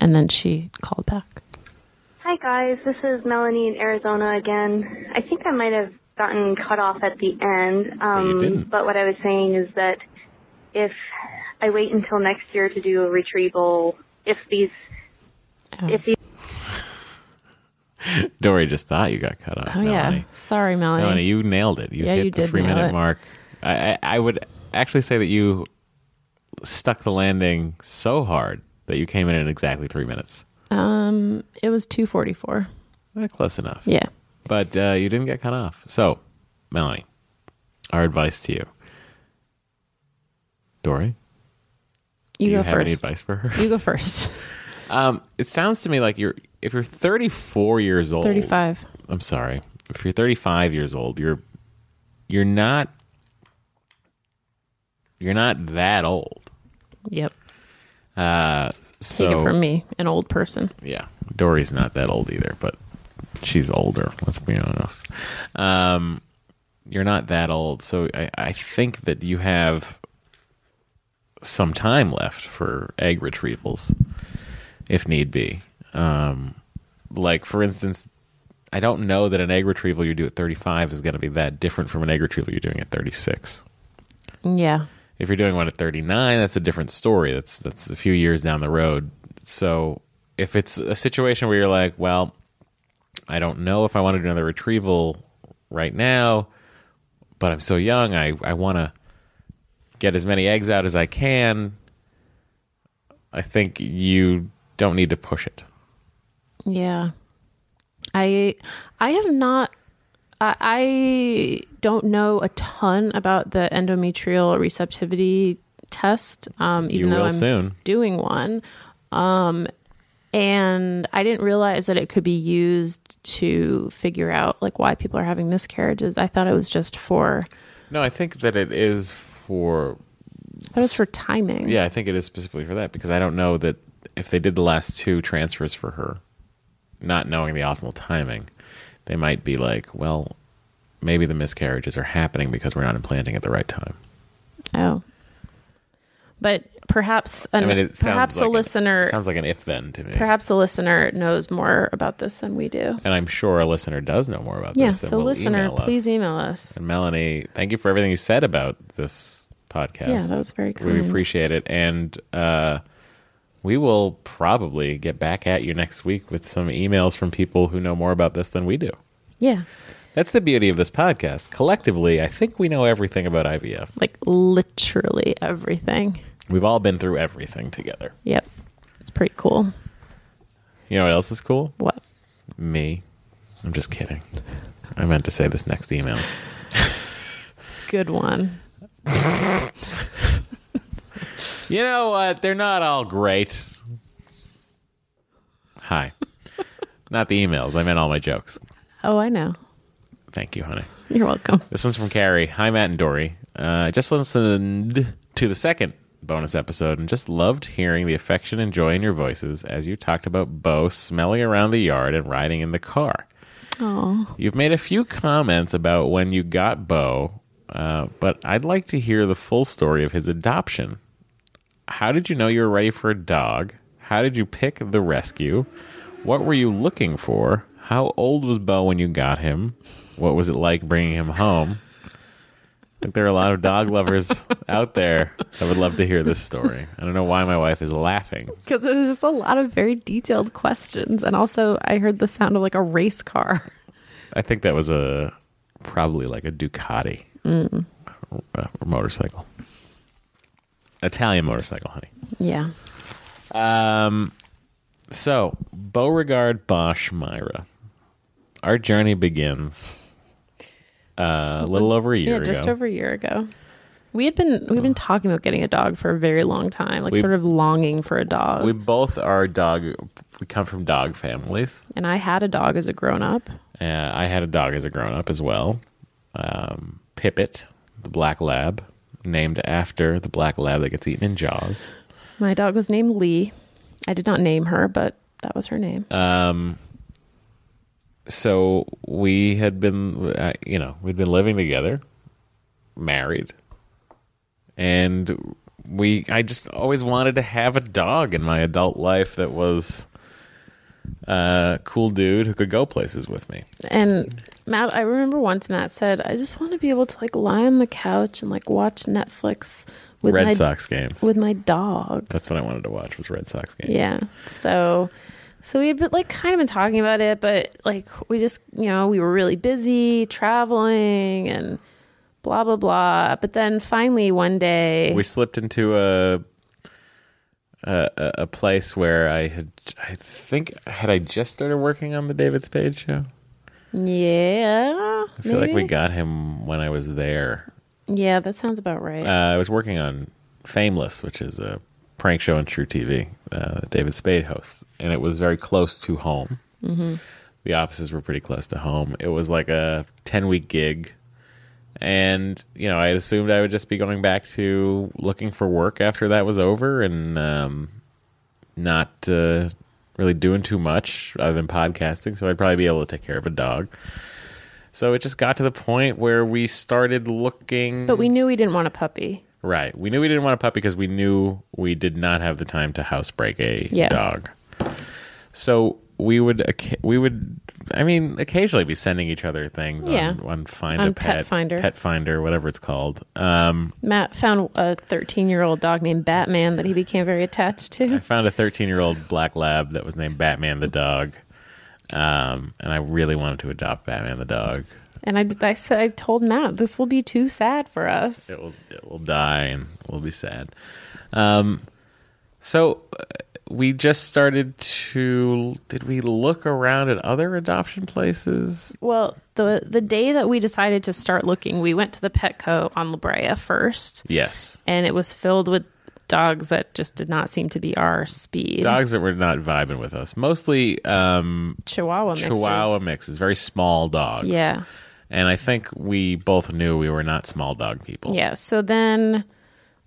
C: And then she called back.
G: Hi guys, this is Melanie in Arizona again. I think I might have gotten cut off at the end, um,
A: didn't.
G: but what I was saying is that if I wait until next year to do a retrieval, if these, if these
A: Dory just thought you got cut off.
C: Oh yeah,
A: Melanie.
C: sorry, Melanie.
A: Melanie, you nailed it. You
C: Yeah,
A: hit
C: you
A: the
C: did
A: three minute
C: nail it.
A: mark. I, I, I would actually say that you stuck the landing so hard that you came in at exactly three minutes.
C: Um, it was two forty four.
A: Eh, Close enough.
C: Yeah,
A: But uh, you didn't get cut off. So, Melanie, our advice to you. Dory, do
C: you
A: you
C: go
A: have
C: first.
A: any advice for her?
C: You go first.
A: Um, it sounds to me like you're if you're 34 years old.
C: Thirty five.
A: I'm sorry. If you're 35 years old, you're you're not you're not that old.
C: Yep.
A: Uh, so
C: Take it from me, an old person.
A: yeah, Dory's not that old either, but she's older. Let's be honest. Um, you're not that old, so I, I think that you have some time left for egg retrievals, if need be. Um, like for instance, I don't know that an egg retrieval you do at 35 is going to be that different from an egg retrieval you're doing at 36
C: Yeah.
A: if you're doing one at 39 that's a different story that's that's a few years down the road so if it's a situation where you're like well i don't know if i want to do another retrieval right now but i'm so young i, I want to get as many eggs out as i can i think you don't need to push it
C: Yeah. I I have not I, I don't know a ton about the endometrial receptivity test. Um even
A: you
C: though
A: will
C: I'm
A: soon
C: doing one. Um and I didn't realize that it could be used to figure out like why people are having miscarriages. I thought it was just for
A: no i think that it is for
C: I thought it was for timing.
A: yeah i think it is specifically for that because i don't know that if they did the last two transfers for her not knowing the optimal timing they might be like well maybe the miscarriages are happening because we're not implanting at the right time
C: Oh. But perhaps an,
A: i mean it
C: perhaps
A: sounds like
C: a listener
A: an, sounds like an if then to me
C: perhaps a listener knows more about this than we do.
A: and i'm sure a listener does know more about
C: Yeah,
A: this and
C: so
A: will
C: listener,
A: email us.
C: please email us.
A: and melanie thank you for everything you said about this podcast
C: Yeah, that was very
A: we
C: kind.
A: appreciate it and uh we will probably get back at you next week with some emails from people who know more about this than we do.
C: Yeah,
A: That's the beauty of this podcast. Collectively, I think we know everything about IVF.
C: like literally everything.
A: We've all been through everything together.
C: Yep, it's pretty cool.
A: You know what else is cool?
C: What?
A: Me. I'm just kidding. I meant to say this next email.
C: Good one.
A: You know what? They're not all great. Hi. not the emails. I meant all my jokes.
C: Oh, I know.
A: Thank you, honey.
C: You're welcome.
A: This one's from Carrie. Hi, Matt and Dory. Uh, just listened to the second bonus episode and just loved hearing the affection and joy in your voices as you talked about Bo smelling around the yard and riding in the car.
C: Oh,
A: You've made a few comments about when you got Bo, uh, but I'd like to hear the full story of his adoption. How did you know you were ready for a dog? How did you pick the rescue? What were you looking for? How old was Bo when you got him? What was it like bringing him home? I think there are a lot of dog lovers out there that would love to hear this story. I don't know why my wife is laughing.
C: because it was just a lot of very detailed questions, and also I heard the sound of like a race car.
A: I think that was a probably like a Ducati uh, motorcycle, Italian motorcycle, honey.
C: Yeah.
A: So Beauregard Bosch Myra, our journey begins uh, a little over a year
C: yeah,
A: ago.
C: just over a year ago. We had been we've been talking about getting a dog for a very long time, like
A: We-
C: sort of longing for a dog.
A: we both are dog. We come from dog families.
C: and I had a dog as a grown up.
A: Uh, I had a dog as a grown up as well. Um, Pippet, the black lab, named after the black lab that gets eaten in Jaws.
C: My dog was named Lee. I did not name her, but That was her name.
A: Um, so we had been, uh, you know, we'd been living together, married, and we. I just always wanted to have a dog in my adult life that was a cool dude who could go places with me.
C: And Matt, I remember once Matt said, "I just want to be able to like lie on the couch and like watch Netflix with
A: Red
C: my
A: Sox games.
C: with my dog."
A: That's what I wanted to watch was Red Sox games.
C: Yeah. So so we had been like kind of been talking about it, but like we just you know, we were really busy traveling and blah blah blah. But then finally one day
A: we slipped into a a, a a place where I had I think had I just started working on the David Spade show.
C: Yeah.
A: I feel like we got him when I was there.
C: Yeah, that sounds about right.
A: Uh, I was working on Fameless, which is a prank show on True TV uh, that David Spade hosts, and it was very close to home.
C: Mm-hmm.
A: The offices were pretty close to home. It was like a ten week gig, and you know I had assumed I would just be going back to looking for work after that was over, and um, not uh, really doing too much other than podcasting. So I'd probably be able to take care of a dog. So it just got to the point where we started looking.
C: but we knew we didn't want a puppy.
A: Right. We knew we didn't want a puppy because we knew we did not have the time to housebreak a
C: Yeah.
A: dog. So we would occa- we would I mean occasionally be sending each other things
C: Yeah.
A: on, on find a
C: On
A: pet,
C: Pet Finder.
A: pet finder whatever it's called. Um,
C: Matt found a 13 year old dog named Batman that he became very attached
A: I
C: to.
A: found a 13 year old black lab that was named Batman the dog, um, and I really wanted to adopt Batman the dog.
C: And I, did- I said, I told Matt, this will be too sad for us.
A: it will it will die and we'll be sad. Um, so uh, we just started to did we look around at other adoption places?
C: Well, the the day that we decided to start looking, we went to the Petco on La Brea first,
A: Yes,
C: and it was filled with dogs that just did not seem to be our speed.
A: dogs that were not vibing with us, mostly um,
C: Chihuahua mixes.
A: Chihuahua mixes, very small dogs.
C: Yeah.
A: and I think we both knew we were not small dog people.
C: Yeah. So then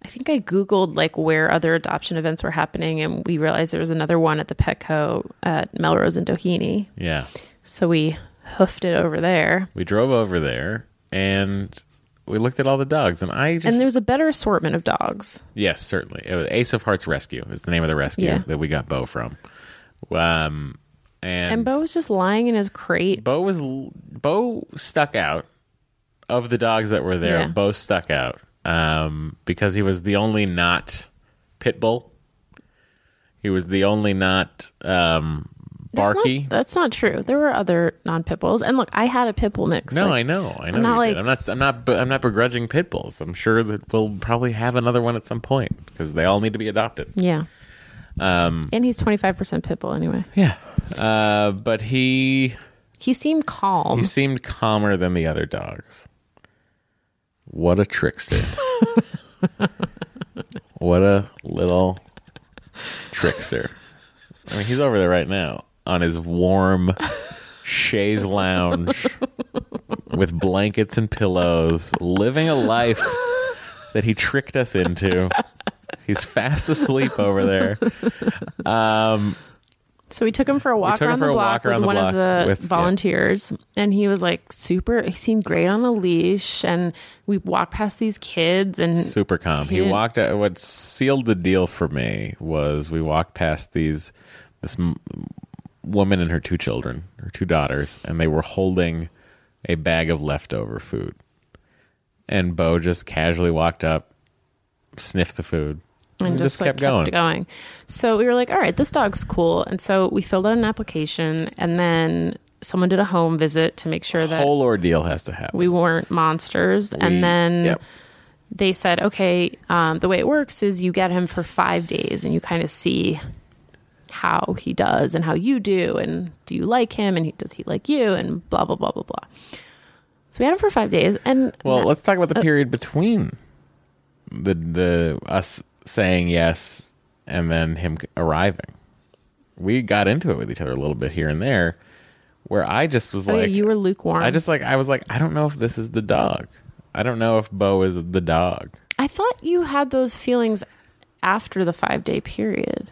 C: I think I Googled like where other adoption events were happening, and we realized there was another one at the Petco at Melrose and Doheny.
A: yeah.
C: So we hoofed it over there.
A: We drove over there and we looked at all the dogs, and I just
C: And there's a better assortment of dogs.
A: Yes, certainly. It was Ace of Hearts Rescue is the name of the rescue
C: Yeah.
A: that we got Bo from. Um, and,
C: And Bo was just lying in his crate.
A: Bo was Bo stuck out of the dogs that were there.
C: Yeah.
A: Bo stuck out um, because he was the only not pit bull. He was the only not um,
C: That's not-
A: barky.
C: That's not, true. There were other non pit bulls, and look, I had a pit bull mix.
A: no,
C: Like,
A: I know, I know.
C: I'm not
A: you
C: like-
A: did. I'm not. I'm not. I'm not begrudging pit bulls. I'm sure that we'll probably have another one at some point because they all need to be adopted.
C: Yeah. Um, and he's twenty five percent pit bull anyway.
A: Yeah, uh, but he
C: He seemed calm.
A: He seemed calmer than the other dogs. What a trickster. what a little trickster. I mean, he's over there right now on his warm chaise lounge with blankets and pillows, living a life that he tricked us into. He's fast asleep over there.
C: so we took him for a walk
A: took him
C: around
A: for
C: the
A: a
C: block
A: walk around
C: with
A: the
C: one of
A: block
C: the
A: with- yeah.
C: volunteers, and he was like super. He seemed great on a leash, and we walked past these kids, and
A: super calm. He
C: Yeah.
A: walked out. What sealed the deal for me was we walked past these this m- woman and her two children, her two daughters, and they were holding a bag of leftover food. And Bo just casually walked up, sniffed the food,
C: and, just, like, kept, going. So we were like, all right, this dog's cool, and so we filled out an application, and then someone did a home visit to make sure that.
A: Whole ordeal has to happen.
C: we weren't monsters,
A: We-
C: and then
A: yep.
C: they said, okay, um, the way it works is you get him for five days and you kind of see how he does and how you do and do you like him and he, does he like you and blah blah blah blah blah. So we had him for five days and
A: Well,
C: Matt-
A: let's talk
C: Uh,
A: about the period between the the us saying yes and then him arriving. We got into it with each other a little bit here and there, where I just was
C: oh, yeah,
A: like,
C: you were lukewarm.
A: I just like I was like, I don't know if this is the dog. I don't know if Bo is the dog.
C: I thought you had those feelings after the five day period.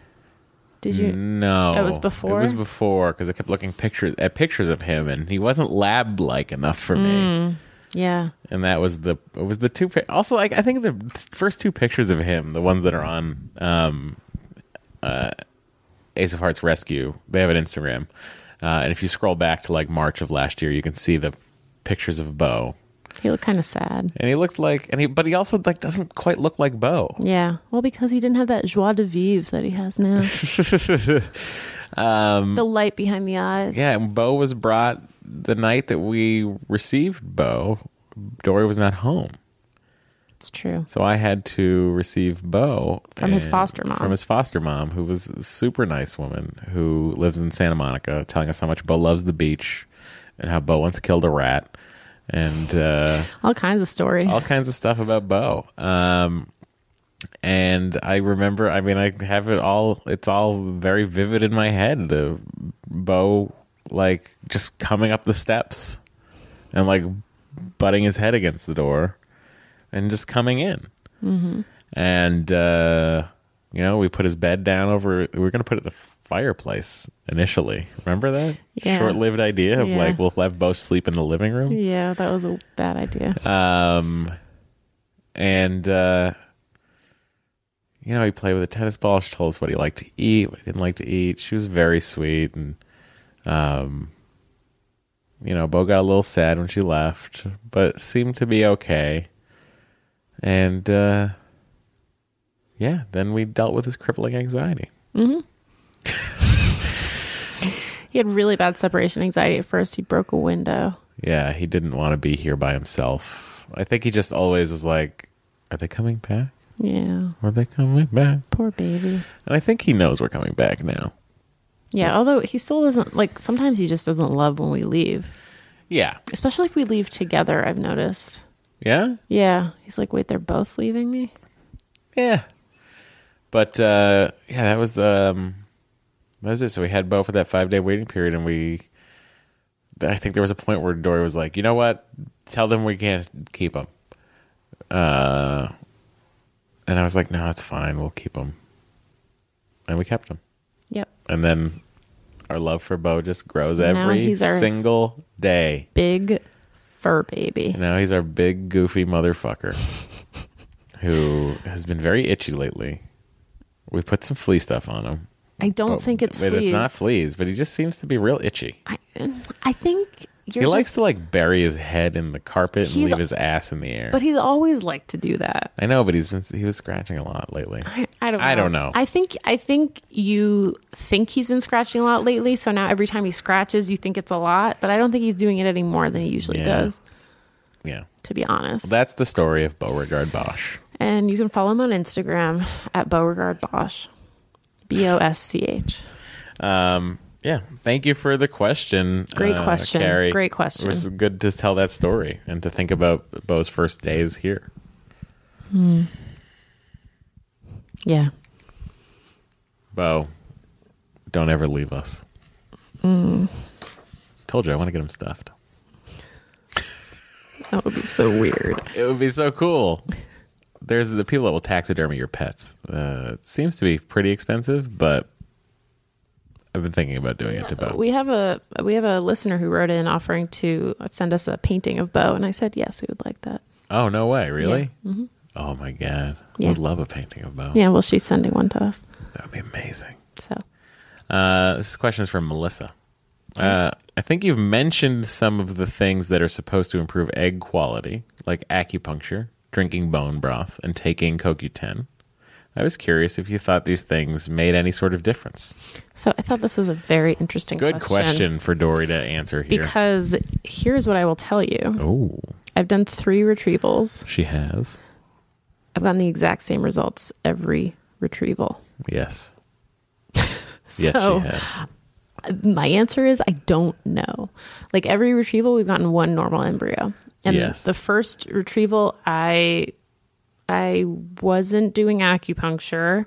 C: Did you?
A: No,
C: It was before?
A: It was before because I kept looking pictures at pictures of him, and he wasn't lab like enough for
C: Mm.
A: me.
C: Yeah.
A: And that was the it was the two. pic- Also, like I think the first two pictures of him, the ones that are on um, uh, Ace of Hearts Rescue, they have an Instagram, uh, and if you scroll back to like March of last year, you can see the pictures of Bo,
C: He looked kind of sad.
A: and he looked like, and he but he also like doesn't quite look like Bo.
C: Yeah. Well, because he didn't have that joie de vivre that he has now. the light behind the eyes.
A: Um, Yeah, and Bo was brought the night that we received Bo. Dory was not home,
C: It's true.
A: so I had to receive Bo
C: From his
A: and-
C: foster mom.
A: From his foster mom, who was a super nice woman who lives in Santa Monica, telling us how much Bo loves the beach and how Bo once killed a rat and uh,
C: All kinds of stories.
A: all kinds of stuff about Bo. Um, and I remember, I mean, I have it all, it's all very vivid in my head. The Bo, like, just coming up the steps and, like, butting his head against the door and just coming in. Mm-hmm. And, uh, you know, we put his bed down over, we were going to put it in the fireplace initially. Remember that?
C: Yeah.
A: Short lived idea of,
C: Yeah.
A: like, we'll have Bo sleep in the living room.
C: yeah, that was a bad idea.
A: Um, and uh, you know, he played with a tennis ball. She told us what he liked to eat, what he didn't like to eat. She was very sweet, and um, you know, Bo got a little sad when she left, but seemed to be okay. And uh, yeah, then we dealt with his crippling anxiety.
C: Mm-hmm. He had really bad separation anxiety at first. He broke a window.
A: Yeah, he didn't want to be here by himself. I think he just always was like, "Are they coming back?
C: Yeah.
A: Are they coming back?"
C: Poor baby.
A: And I think he knows we're coming back now.
C: Yeah, although he still doesn't like sometimes he just doesn't love when we leave.
A: Yeah.
C: Especially if we leave together, I've noticed.
A: Yeah?
C: Yeah. He's like, wait, they're both leaving me?
A: Yeah. But uh yeah, that was the um, that was it. So we had Bo for that five day waiting period and we I think there was a point where Dory was like, you know what? Tell them we can't keep them. Uh and I was like, no, it's fine, we'll keep them. And we kept them.
C: Yep.
A: And then our love for Bo just grows
C: Now
A: every
C: he's our-
A: single day.
C: Big fur baby.
A: And now he's our big goofy motherfucker who has been very itchy lately. We put some flea stuff on him.
C: I don't
A: But-
C: think it's
A: but
C: fleas.
A: it's not fleas, but he just seems to be real itchy.
C: I, I think you're
A: he
C: just,
A: likes to like bury his head in the carpet and
C: He's-
A: leave his ass in the air.
C: but he's always liked to do that.
A: I know, but he's been he was scratching a lot lately.
C: I, I don't. Know.
A: I don't know.
C: I think I think you think he's been scratching a lot lately, so now every time he scratches, you think it's a lot. But I don't think he's doing it any more than he usually
A: Yeah.
C: does.
A: Yeah.
C: To be honest,
A: That's the story of Beauregard Bosch.
C: and you can follow him on Instagram at Beauregard Bosch, B O S C H.
A: Um yeah, thank you for the question.
C: Great
A: uh,
C: question.
A: Carrie.
C: Great question.
A: It was good to tell that story and to think about Bo's first days here.
C: Yeah,
A: Bo, don't ever leave us. Hmm. Told you I want to get him stuffed.
C: that would be so weird.
A: It would be so cool. There's the people that will taxidermy your pets. Uh, it seems to be pretty expensive, but I've been thinking about doing it to Bo.
C: We have a we have a listener who wrote in offering to send us a painting of Bo, and I said yes, we would like that.
A: oh no way! Really? Oh my god!
C: Yeah.
A: Would love a painting of Bo.
C: Yeah, well, she's sending one to us,
A: That would be amazing.
C: so
A: Uh, this question is from Melissa. Uh, I think you've mentioned some of the things that are supposed to improve egg quality, like acupuncture, drinking bone broth, and taking CoQ10. I was curious if you thought these things made any sort of difference.
C: so I thought this was a very interesting
A: Good question for Dory to answer here.
C: Because here's what I will tell you.
A: oh,
C: I've done three retrievals.
A: she has.
C: I've gotten the exact same results every retrieval.
A: Yes. yes,
C: So-
A: she has.
C: My answer is I don't know. Like every retrieval, we've gotten one normal embryo. And
A: Yes.
C: the first retrieval, I I wasn't doing acupuncture.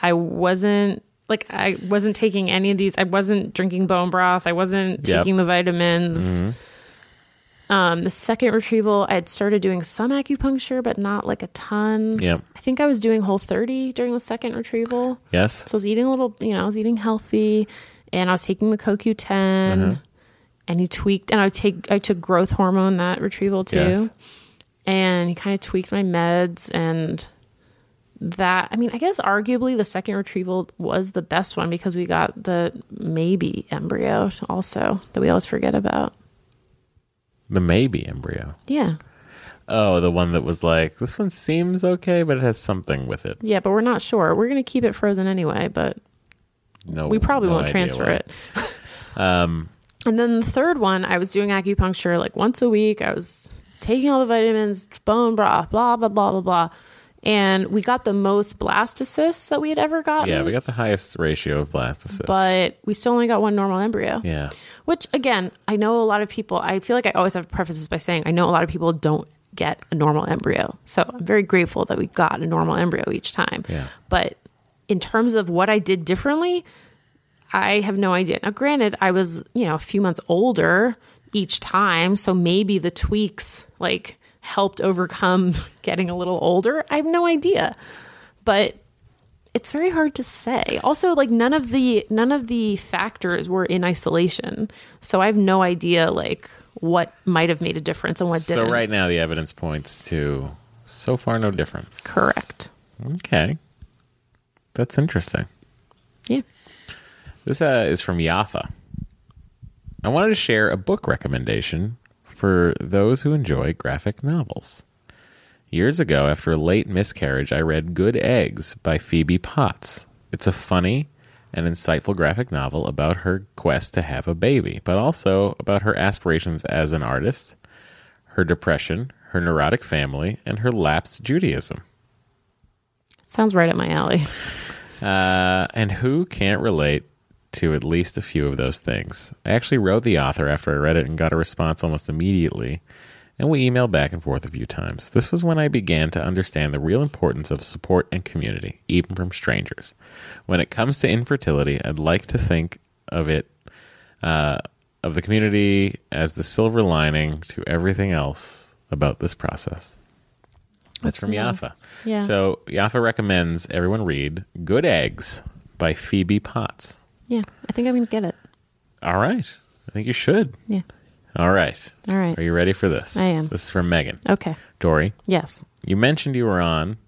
C: I wasn't like I wasn't taking any of these. I wasn't drinking bone broth. I wasn't
A: Yep.
C: taking the vitamins. Um, the second retrieval, I had started doing some acupuncture, but not like a ton.
A: Yep.
C: I think I was doing whole 30 during the second retrieval.
A: Yes.
C: So I was eating a little, you know, I was eating healthy and I was taking the CoQ10 and he tweaked and I take I took growth hormone that retrieval too.
A: Yes.
C: And he kind of tweaked my meds and that I mean, I guess arguably the second retrieval was the best one because we got the maybe embryo also that we always forget about.
A: The maybe embryo.
C: Yeah.
A: Oh, the one that was like, this one seems okay, but it has something with it.
C: Yeah, but we're not sure. We're going to keep it frozen anyway, but
A: No,
C: we probably
A: no
C: won't
A: idea
C: transfer
A: why.
C: it. Um, and then the third one, I was doing acupuncture like once a week. I was taking all the vitamins, bone broth, blah blah blah blah blah. And we got the most blastocysts that we had ever gotten.
A: Yeah, we got the highest ratio of blastocysts.
C: Um, but we still only got one normal embryo.
A: yeah.
C: Which again, I know a lot of people. I feel like I always have to preface this by saying I know a lot of people don't get a normal embryo. So I'm very grateful that we got a normal embryo each time.
A: Yeah.
C: But in terms of what I did differently, I have no idea. Now, granted, I was you know a few months older each time, so maybe the tweaks like helped overcome getting a little older. I have no idea, but it's very hard to say. Also, like none of the none of the factors were in isolation, so I have no idea like what might have made a difference and what
A: So
C: didn't.
A: right now the evidence points to so far no difference.
C: correct.
A: Okay. That's interesting.
C: Yeah.
A: This uh, is from Yafa. I wanted to share a book recommendation for those who enjoy graphic novels. Years ago, after a late miscarriage, I read Good Eggs by Phoebe Potts. It's a funny and insightful graphic novel about her quest to have a baby, but also about her aspirations as an artist, her depression, her neurotic family, and her lapsed Judaism.
C: Sounds right up my alley.
A: Uh, and who can't relate to at least a few of those things? I actually wrote the author after I read it and got a response almost immediately, and we emailed back and forth a few times. This was when I began to understand the real importance of support and community, even from strangers. When it comes to infertility, I'd like to think of it uh, of the community as the silver lining to everything else about this process. That's from Yafa.
C: Yeah.
A: So Yafa recommends everyone read Good Eggs by Phoebe Potts.
C: Yeah, I think I'm gonna get it.
A: All right. I think you should.
C: Yeah.
A: All right.
C: All right.
A: Are you ready for this?
C: I am.
A: This is from Megan.
C: Okay.
A: Dory,
C: Yes.
A: you mentioned you were on,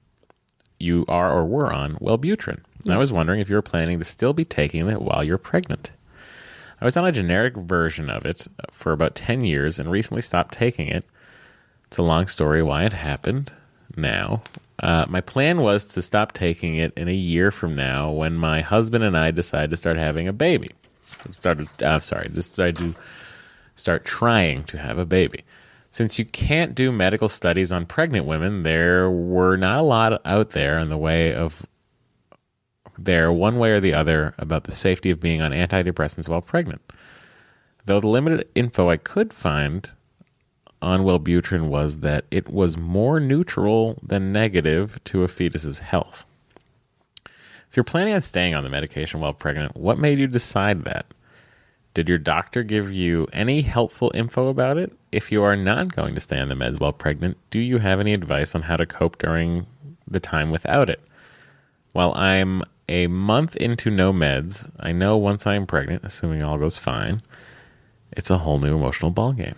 A: you are or were on Wellbutrin. And I was wondering if you were planning to still be taking it while you're pregnant. I was on a generic version of it for about 10 years and recently stopped taking it. It's a long story why it happened now. Uh, my plan was to stop taking it in a year from now when my husband and I decide to start having a baby. Started, uh, I'm sorry, decided to start trying to have a baby. Since you can't do medical studies on pregnant women, there were not a lot out there in the way of there one way or the other about the safety of being on antidepressants while pregnant. Though the limited info I could find on Wellbutrin was that it was more neutral than negative to a fetus's health. If you're planning on staying on the medication while pregnant, what made you decide that? Did your doctor give you any helpful info about it? If you are not going to stay on the meds while pregnant, do you have any advice on how to cope during the time without it? While I'm a month into no meds, I know once I'm pregnant, assuming all goes fine, it's a whole new emotional ballgame.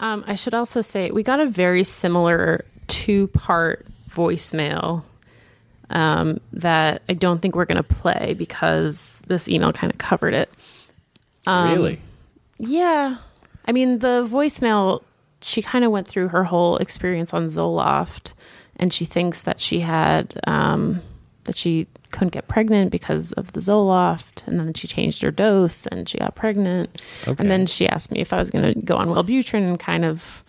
C: Um, I should also say we got a very similar two part voicemail um, that I don't think we're going to play because this email kind of covered it.
A: really?
C: Yeah. I mean, the voicemail, she kind of went through her whole experience on Zoloft and she thinks that she had, um, that she couldn't get pregnant because of the Zoloft. And then she changed her dose and she got pregnant.
A: Okay.
C: And then she asked me if I was going to go on Wellbutrin and kind of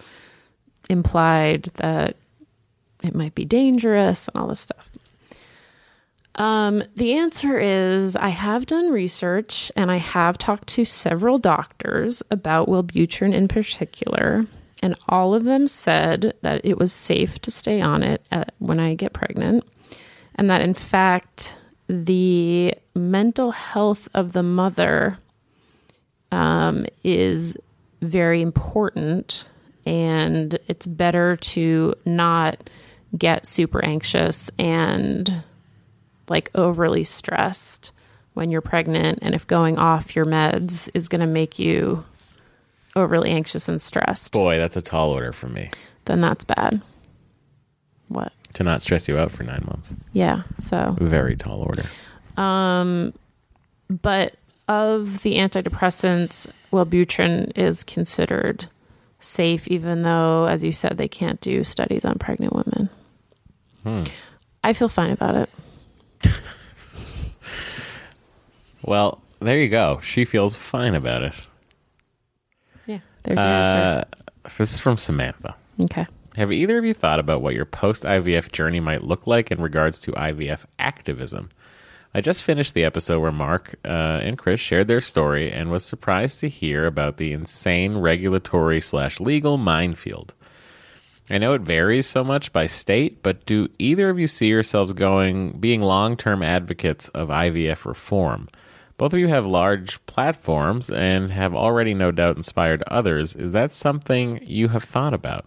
C: implied that it might be dangerous and all this stuff. Um, the answer is I have done research and I have talked to several doctors about Wellbutrin in particular, and all of them said that it was safe to stay on it at, when I get pregnant, and that in fact, the mental health of the mother um, is very important and it's better to not get super anxious and like overly stressed when you're pregnant and if going off your meds is going to make you overly anxious and stressed
A: Boy, that's a tall order for me
C: then that's bad what
A: to not stress you out for nine months.
C: yeah so
A: Very tall order.
C: but of the antidepressants, Wellbutrin is considered safe, even though, as you said, they can't do studies on pregnant women. I feel fine about it.
A: Well, there you go. She feels fine about it.
C: Yeah, there's your
A: Uh,
C: answer.
A: this is from Samantha.
C: Okay.
A: Have either of you thought about what your post IVF journey might look like in regards to IVF activism? I just finished the episode where Mark uh, and Chris shared their story and was surprised to hear about the insane regulatory slash legal minefield. I know it varies so much by state, but do either of you see yourselves going being long term advocates of IVF reform? Both of you have large platforms and have already no doubt inspired others. Is that something you have thought about?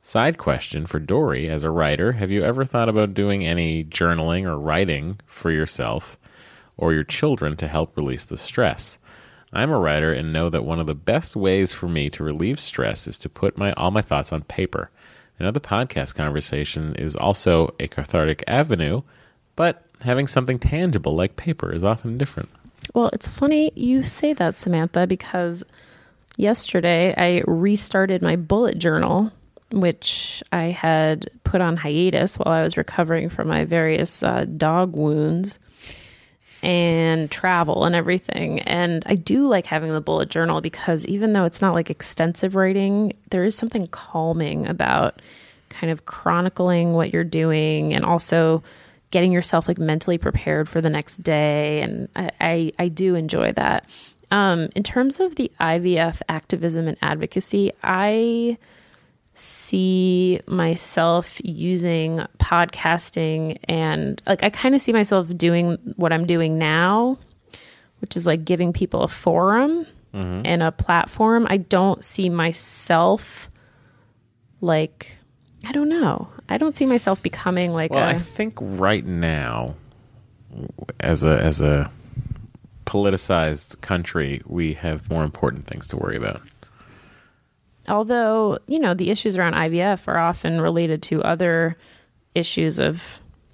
A: Side question for Dory as a writer, have you ever thought about doing any journaling or writing for yourself or your children to help release the stress? I'm a writer and know that one of the best ways for me to relieve stress is to put my all my thoughts on paper. I know the podcast conversation is also a cathartic avenue, but having something tangible like paper is often different.
C: Well, it's funny you say that, Samantha, because yesterday I restarted my bullet journal, which I had put on hiatus while I was recovering from my various uh, dog wounds and travel and everything. And I do like having the bullet journal because even though it's not like extensive writing, there is something calming about kind of chronicling what you're doing and also getting yourself like mentally prepared for the next day. And I, I, I do enjoy that. Um, in terms of the IVF activism and advocacy, I see myself using podcasting and like I kind of see myself doing what I'm doing now, which is like giving people a forum
A: Mm-hmm.
C: and a platform. I don't see myself like I don't know. I don't see myself becoming like
A: Well,
C: a
A: I think right now, as a as a politicized country, we have more important things to worry about.
C: although, you know, the issues around IVF are often related to other issues of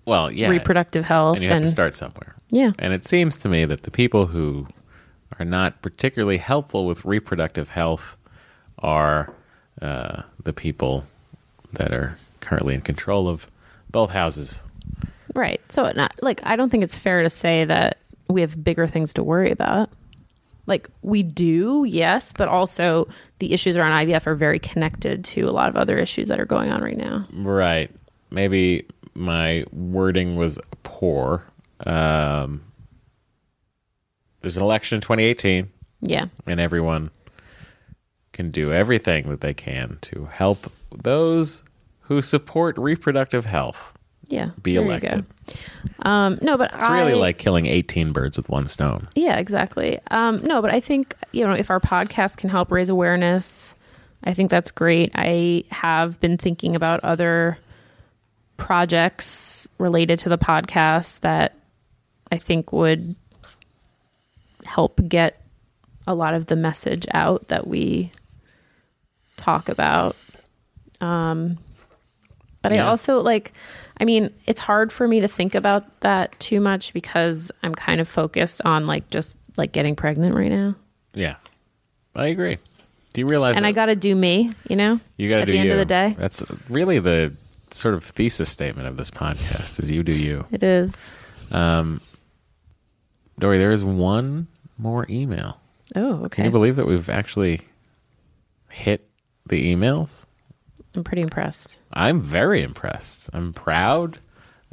A: Well, yeah,
C: reproductive health
A: and you have to start somewhere.
C: yeah.
A: And it seems to me that the people who are not particularly helpful with reproductive health are uh, the people that are currently in control of both houses.
C: Right. So, not, like, I don't think it's fair to say that we have bigger things to worry about. Like, we do, yes, but also the issues around IVF are very connected to a lot of other issues that are going on right now.
A: Right. Maybe my wording was poor. Um, there's an election in 2018,
C: Yeah.
A: and everyone can do everything that they can to help those who support reproductive health
C: Yeah.
A: be
C: There you go.
A: elected.
C: Um, no, but
A: It's really
C: I,
A: like killing 18 birds with one stone.
C: Yeah, exactly. Um, no, but I think, you know, if our podcast can help raise awareness, I think that's great. I have been thinking about other projects related to the podcast that I think would help get a lot of the message out that we talk about. Um, but I
A: Yeah.
C: also like, I mean, it's hard for me to think about that too much because I'm kind of focused on like just like getting pregnant right now.
A: Yeah. I agree. Do you realize
C: And I
A: that
C: got to do me, you know?
A: you got to
C: at
A: do
C: the end
A: you.
C: of the day.
A: That's really the sort of thesis statement of this podcast is you do you.
C: It is.
A: Dory, there is one more email.
C: Oh,
A: Can
C: okay.
A: you believe that we've actually hit the emails?
C: I'm pretty impressed.
A: I'm very impressed. I'm proud.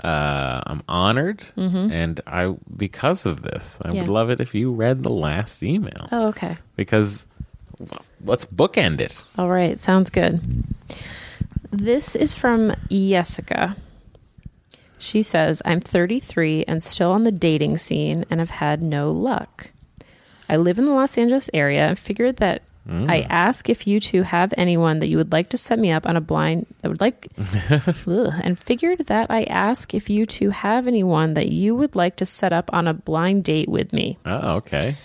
A: Uh, I'm honored, and I because of this, I
C: Mm-hmm. Yeah.
A: would love it if you read the last email
C: Oh, okay.
A: because w- let's bookend it.
C: All right, sounds good. This is from Jessica. She says, I'm 33 and still on the dating scene and have had no luck. I live in the Los Angeles area and figured that I ask if you two have anyone that you would like to set me up on a blind that would like Ugh. and figured that I ask if you two have anyone that you would like to set up on a blind date with me.
A: Oh, okay.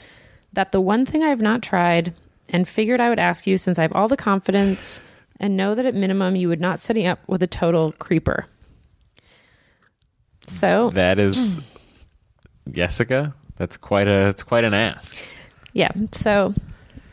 C: That the one thing I have not tried and figured I would ask you since I have all the confidence and know that at minimum you would not set me up with a total creeper. So
A: That is Jessica. That's quite a. It's quite an ask.
C: yeah, so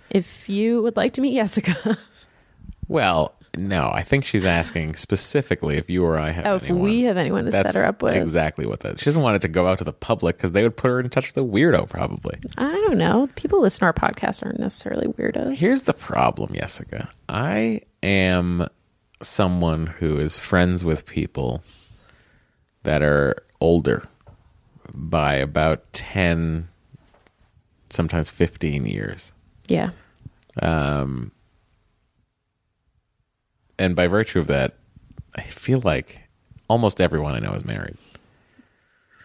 C: if you would like to meet Jessica,
A: Well, no, I think she's asking specifically if you or I have.
C: Oh, if
A: anyone.
C: we have anyone to set
A: That's
C: her up with.
A: Exactly what that. She doesn't want it to go out to the public because they would put her in touch with a weirdo probably.
C: I don't know. People listen to our podcast aren't necessarily weirdos.
A: Here's the problem, Jessica. I am someone who is friends with people that are older by about 10, sometimes 15 years.
C: Yeah.
A: And by virtue of that, I feel like almost everyone I know is married.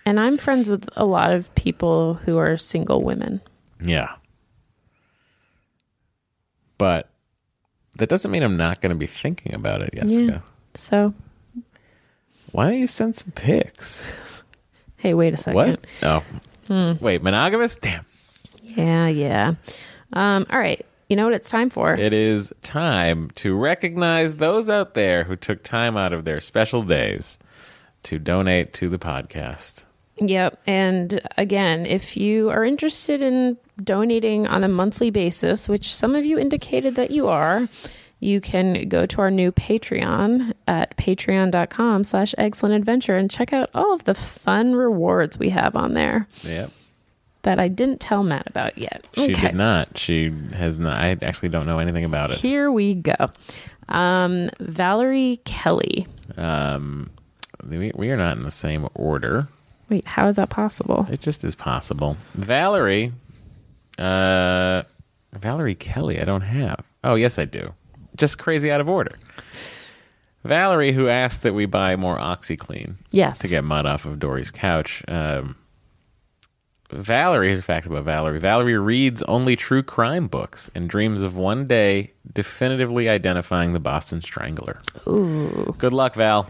C: And I'm friends with a lot of people who are single women.
A: Yeah. But that doesn't mean I'm not going to be thinking about it, Jessica.
C: So,
A: Why don't you send some pics?
C: hey, wait a second.
A: What? Oh. Wait, monogamous? Damn.
C: Yeah, yeah. Um, all right. You know what it's time for?
A: It is time to recognize those out there who took time out of their special days to donate to the podcast.
C: Yep. And again, if you are interested in donating on a monthly basis, which some of you indicated that you are, you can go to our new Patreon at patreon.com slash excellent adventure and check out all of the fun rewards we have on there
A: Yep.
C: that I didn't tell Matt about yet.
A: She did not. She has not. I actually don't know anything about it.
C: Here we go. Um, Valerie Kelly.
A: Um, we, we are not in the same order.
C: Wait, how is that possible?
A: It just is possible. Valerie, uh, Valerie Kelly. I don't have. Oh, yes, I do. Just crazy out of order. Valerie, who asked that we buy more OxyClean
C: Yes.
A: to get mud off of Dory's couch. Um, Valerie, here's a fact about Valerie. Valerie reads only true crime books and dreams of one day definitively identifying the Boston Strangler. Ooh. Good luck, Val.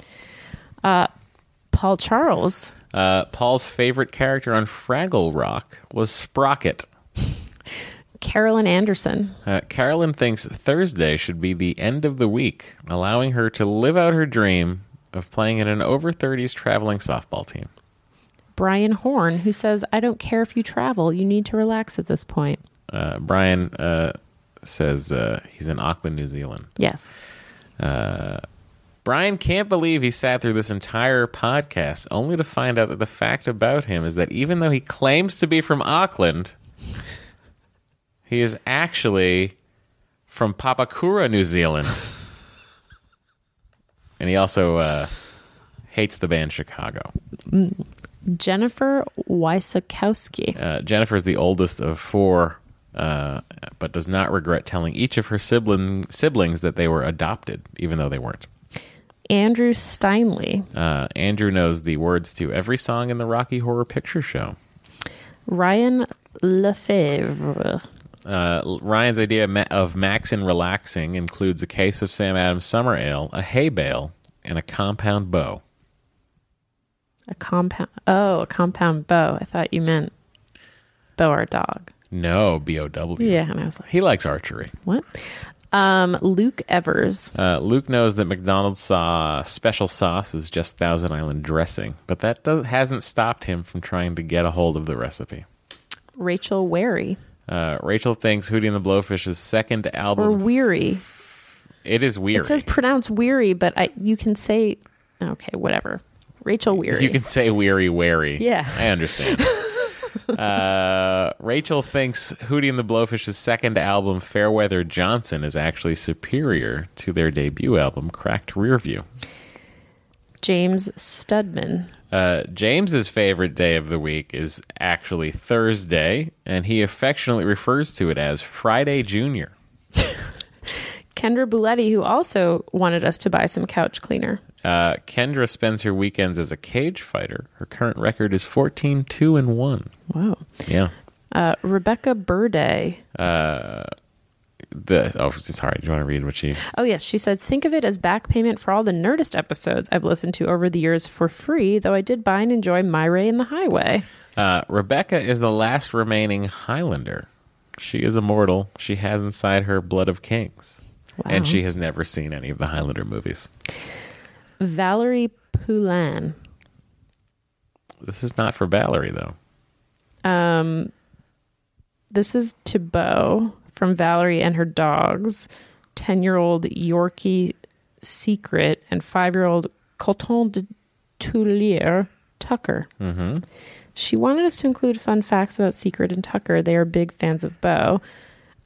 C: Paul Charles.
A: Uh, Paul's favorite character on Fraggle Rock was Sprocket.
C: Carolyn Anderson.
A: Uh, Carolyn thinks Thursday should be the end of the week, allowing her to live out her dream of playing in an over 30s traveling softball team.
C: Brian Horn, who says, I don't care if you travel, you need to relax at this point.
A: Uh, Brian uh, says uh, he's in Auckland, New Zealand.
C: Yes.
A: Brian can't believe he sat through this entire podcast only to find out that the fact about him is that even though he claims to be from Auckland, he is actually from Papakura, New Zealand. and he also uh, hates the band Chicago.
C: Jennifer Wysakowski.
A: Uh, Jennifer is the oldest of four, uh, but does not regret telling each of her sibling, siblings that they were adopted, even though they weren't.
C: Andrew Steinley.
A: Uh, Andrew knows the words to every song in the Rocky Horror Picture Show.
C: Ryan Lefebvre.
A: Uh, L- Ryan's idea ma- of maxing relaxing includes a case of Sam Adams Summer Ale, a hay bale, and a compound bow.
C: A compound. Oh, a compound bow. I thought you meant bow or dog.
A: No, B O W.
C: Yeah. And I was like,
A: He likes archery.
C: what? Um, Luke Evers.
A: Uh, Luke knows that McDonald's saw special sauce is just Thousand Island dressing, but that does, hasn't stopped him from trying to get a hold of the recipe.
C: Rachel Wary.
A: Uh, Rachel thinks Hootie and the Blowfish's second
C: Or
A: album.
C: Weary.
A: it is weird.
C: It says pronounce weary, but I you can say okay, whatever. Rachel Weary.
A: You can say weary, wary.
C: Yeah.
A: I understand. uh, Rachel thinks Hootie and the Blowfish's second album, Fairweather Johnson, is actually superior to their debut album, Cracked Rearview.
C: James Studman.
A: Uh, James's favorite day of the week is actually Thursday, and he affectionately refers to it as Friday Junior.
C: Kendra Buletti, who also wanted us to buy some couch cleaner.
A: Uh, Kendra spends her weekends as a cage fighter. Her current record is 14 2 and 1.
C: Wow.
A: Yeah.
C: Uh, Rebecca Burday.
A: the oh sorry. Do you want to read what she?
C: Oh, yes. She said, think of it as back payment for all the Nerdist episodes I've listened to over the years for free, though I did buy and enjoy My Ray in the Highway.
A: Uh, Rebecca is the last remaining Highlander. She is immortal. She has inside her blood of kings, and she has never seen any of the Highlander movies.
C: Valerie Poulin.
A: This is not for Valerie though.
C: Um, this is Thibaut from Valerie and her dogs, 10 year old Yorkie Secret, and five year old Coton de Tulier Tucker. Mm-hmm. She wanted us to include fun facts about Secret and Tucker. They are big fans of Bo.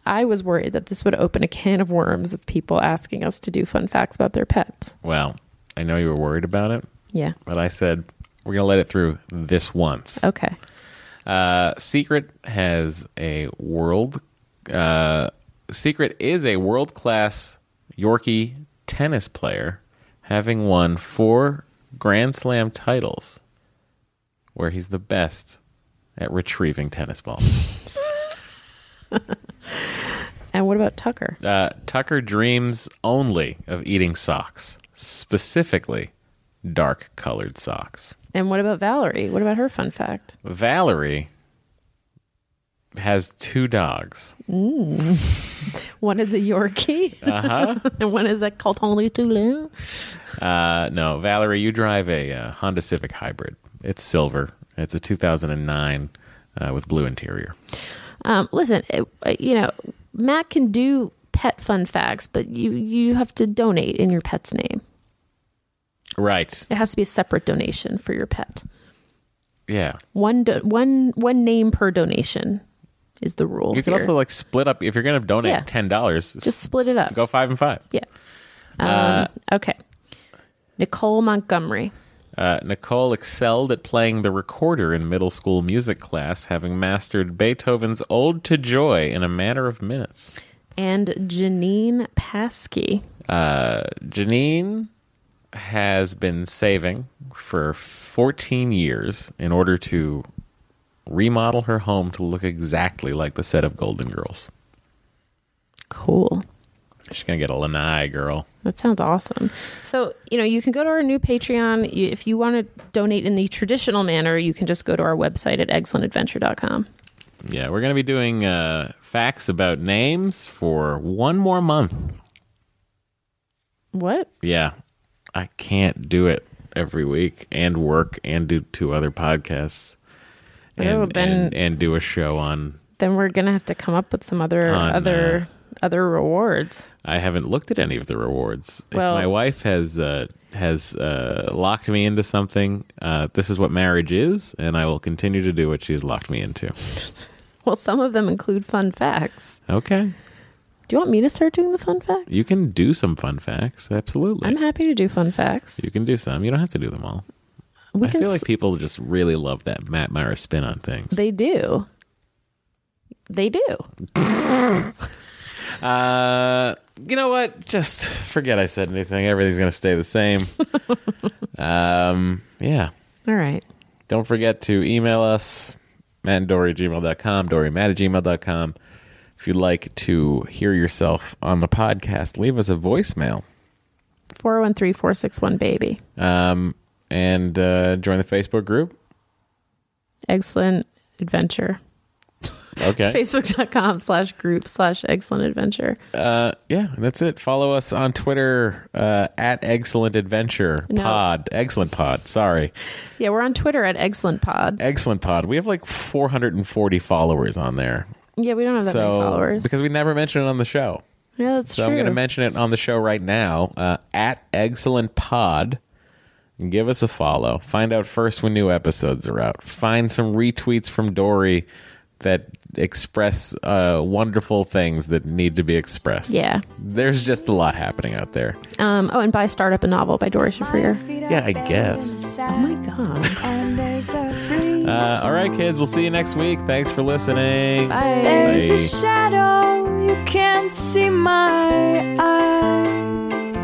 C: I was worried that this would open a can of worms of people asking us to do fun facts about their pets.
A: Well, I know you were worried about it,
C: Yeah.
A: but I said we're gonna let it through this once.
C: Okay.
A: Uh, Secret has a world. Uh, Secret is a world class Yorkie tennis player, having won four Grand Slam titles, where he's the best at retrieving tennis balls.
C: And what about Tucker?
A: Uh, Tucker dreams only of eating socks, specifically dark colored socks.
C: And what about Valerie? What about her fun fact?
A: Valerie has two dogs.
C: One is a Yorkie,
A: Uh-huh.
C: and one is a Coton de Tulier.
A: Uh, no, Valerie, you drive a uh, Honda Civic Hybrid. It's silver. It's a 2009 uh, with blue interior.
C: Um, listen, it, uh, you know, Matt can do pet fun facts, but you you have to donate in your pet's name.
A: Right.
C: It has to be a separate donation for your pet.
A: Yeah.
C: One do- one one name per donation is the rule.
A: You can
C: here.
A: also like split up if you're going to donate
C: Yeah.
A: ten dollars.
C: Just split it up.
A: Go five and five.
C: yeah. Um, okay. Nicole Montgomery.
A: Uh, Nicole excelled at playing the recorder in middle school music class, having mastered Beethoven's Ode to Joy in a matter of minutes.
C: And Janine Paskey.
A: Janine has been saving for 14 years in order to remodel her home to look exactly like the set of Golden Girls.
C: Cool.
A: She's going to get a lanai girl.
C: That sounds awesome. So, you know, you can go to our new Patreon. You- If you want to donate in the traditional manner, you can just go to our website at excellentadventure.com.
A: Yeah, we're going to be doing uh, facts about names for one more month.
C: What?
A: Yeah, I can't do it every week and work and do two other podcasts and,
C: Oh, then-
A: and, and do a show on
C: Then we're going to have to come up with some other
A: On,
C: other other rewards.
A: I haven't looked at any of the rewards.
C: Well-
A: if my wife has uh, has uh, locked me into something, uh, this is what marriage is, and I will continue to do what she's locked me into.
C: Well, some of them include fun facts.
A: Okay,
C: Do you want me to start doing the fun facts?
A: you can do some fun facts. Absolutely,
C: I'm happy to do fun facts.
A: you can do some. You don't have to do them all.
C: We
A: I
C: can
A: feel
C: s-
A: like people just really love that Matt Myra spin on things.
C: they do. They do.
A: Uh, you know what? Just forget I said anything. Everything's going to stay the same. um, yeah.
C: All right.
A: Don't forget to email us, mattanddory at gmail.com, dorymatt at gmail.com. If you'd like to hear yourself on the podcast, leave us a voicemail
C: 413 461 baby.
A: um, and uh, join the Facebook group.
C: Excellent adventure.
A: Okay.
C: Facebook.com slash group slash excellent adventure.
A: uh, yeah, that's it. Follow us on Twitter uh, at Excellent Adventure
C: No.
A: Pod. Excellent Pod. Sorry.
C: Yeah, we're on Twitter at Excellent Pod.
A: Excellent Pod. We have like 440 followers on there.
C: Yeah, we don't have that
A: so,
C: many followers.
A: because we never mention it on the show.
C: yeah, that's
A: So
C: true.
A: I'm going to mention it on the show right now uh, at Excellent Pod. Give us a follow. Find out first when new episodes are out. Find some retweets from Dory that express uh, wonderful things that need to be expressed.
C: Yeah.
A: There's just a lot happening out there.
C: um, oh, and buy Start Up a Novel by Doris Shafrir.
A: Yeah, I guess.
C: Oh my God.
H: And there's a breeze.
A: Uh, all right, kids. We'll see you next week. Thanks for listening.
C: Bye.
H: There's
A: Bye.
H: a shadow you can't see my eyes,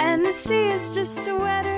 H: and the sea is just a wetter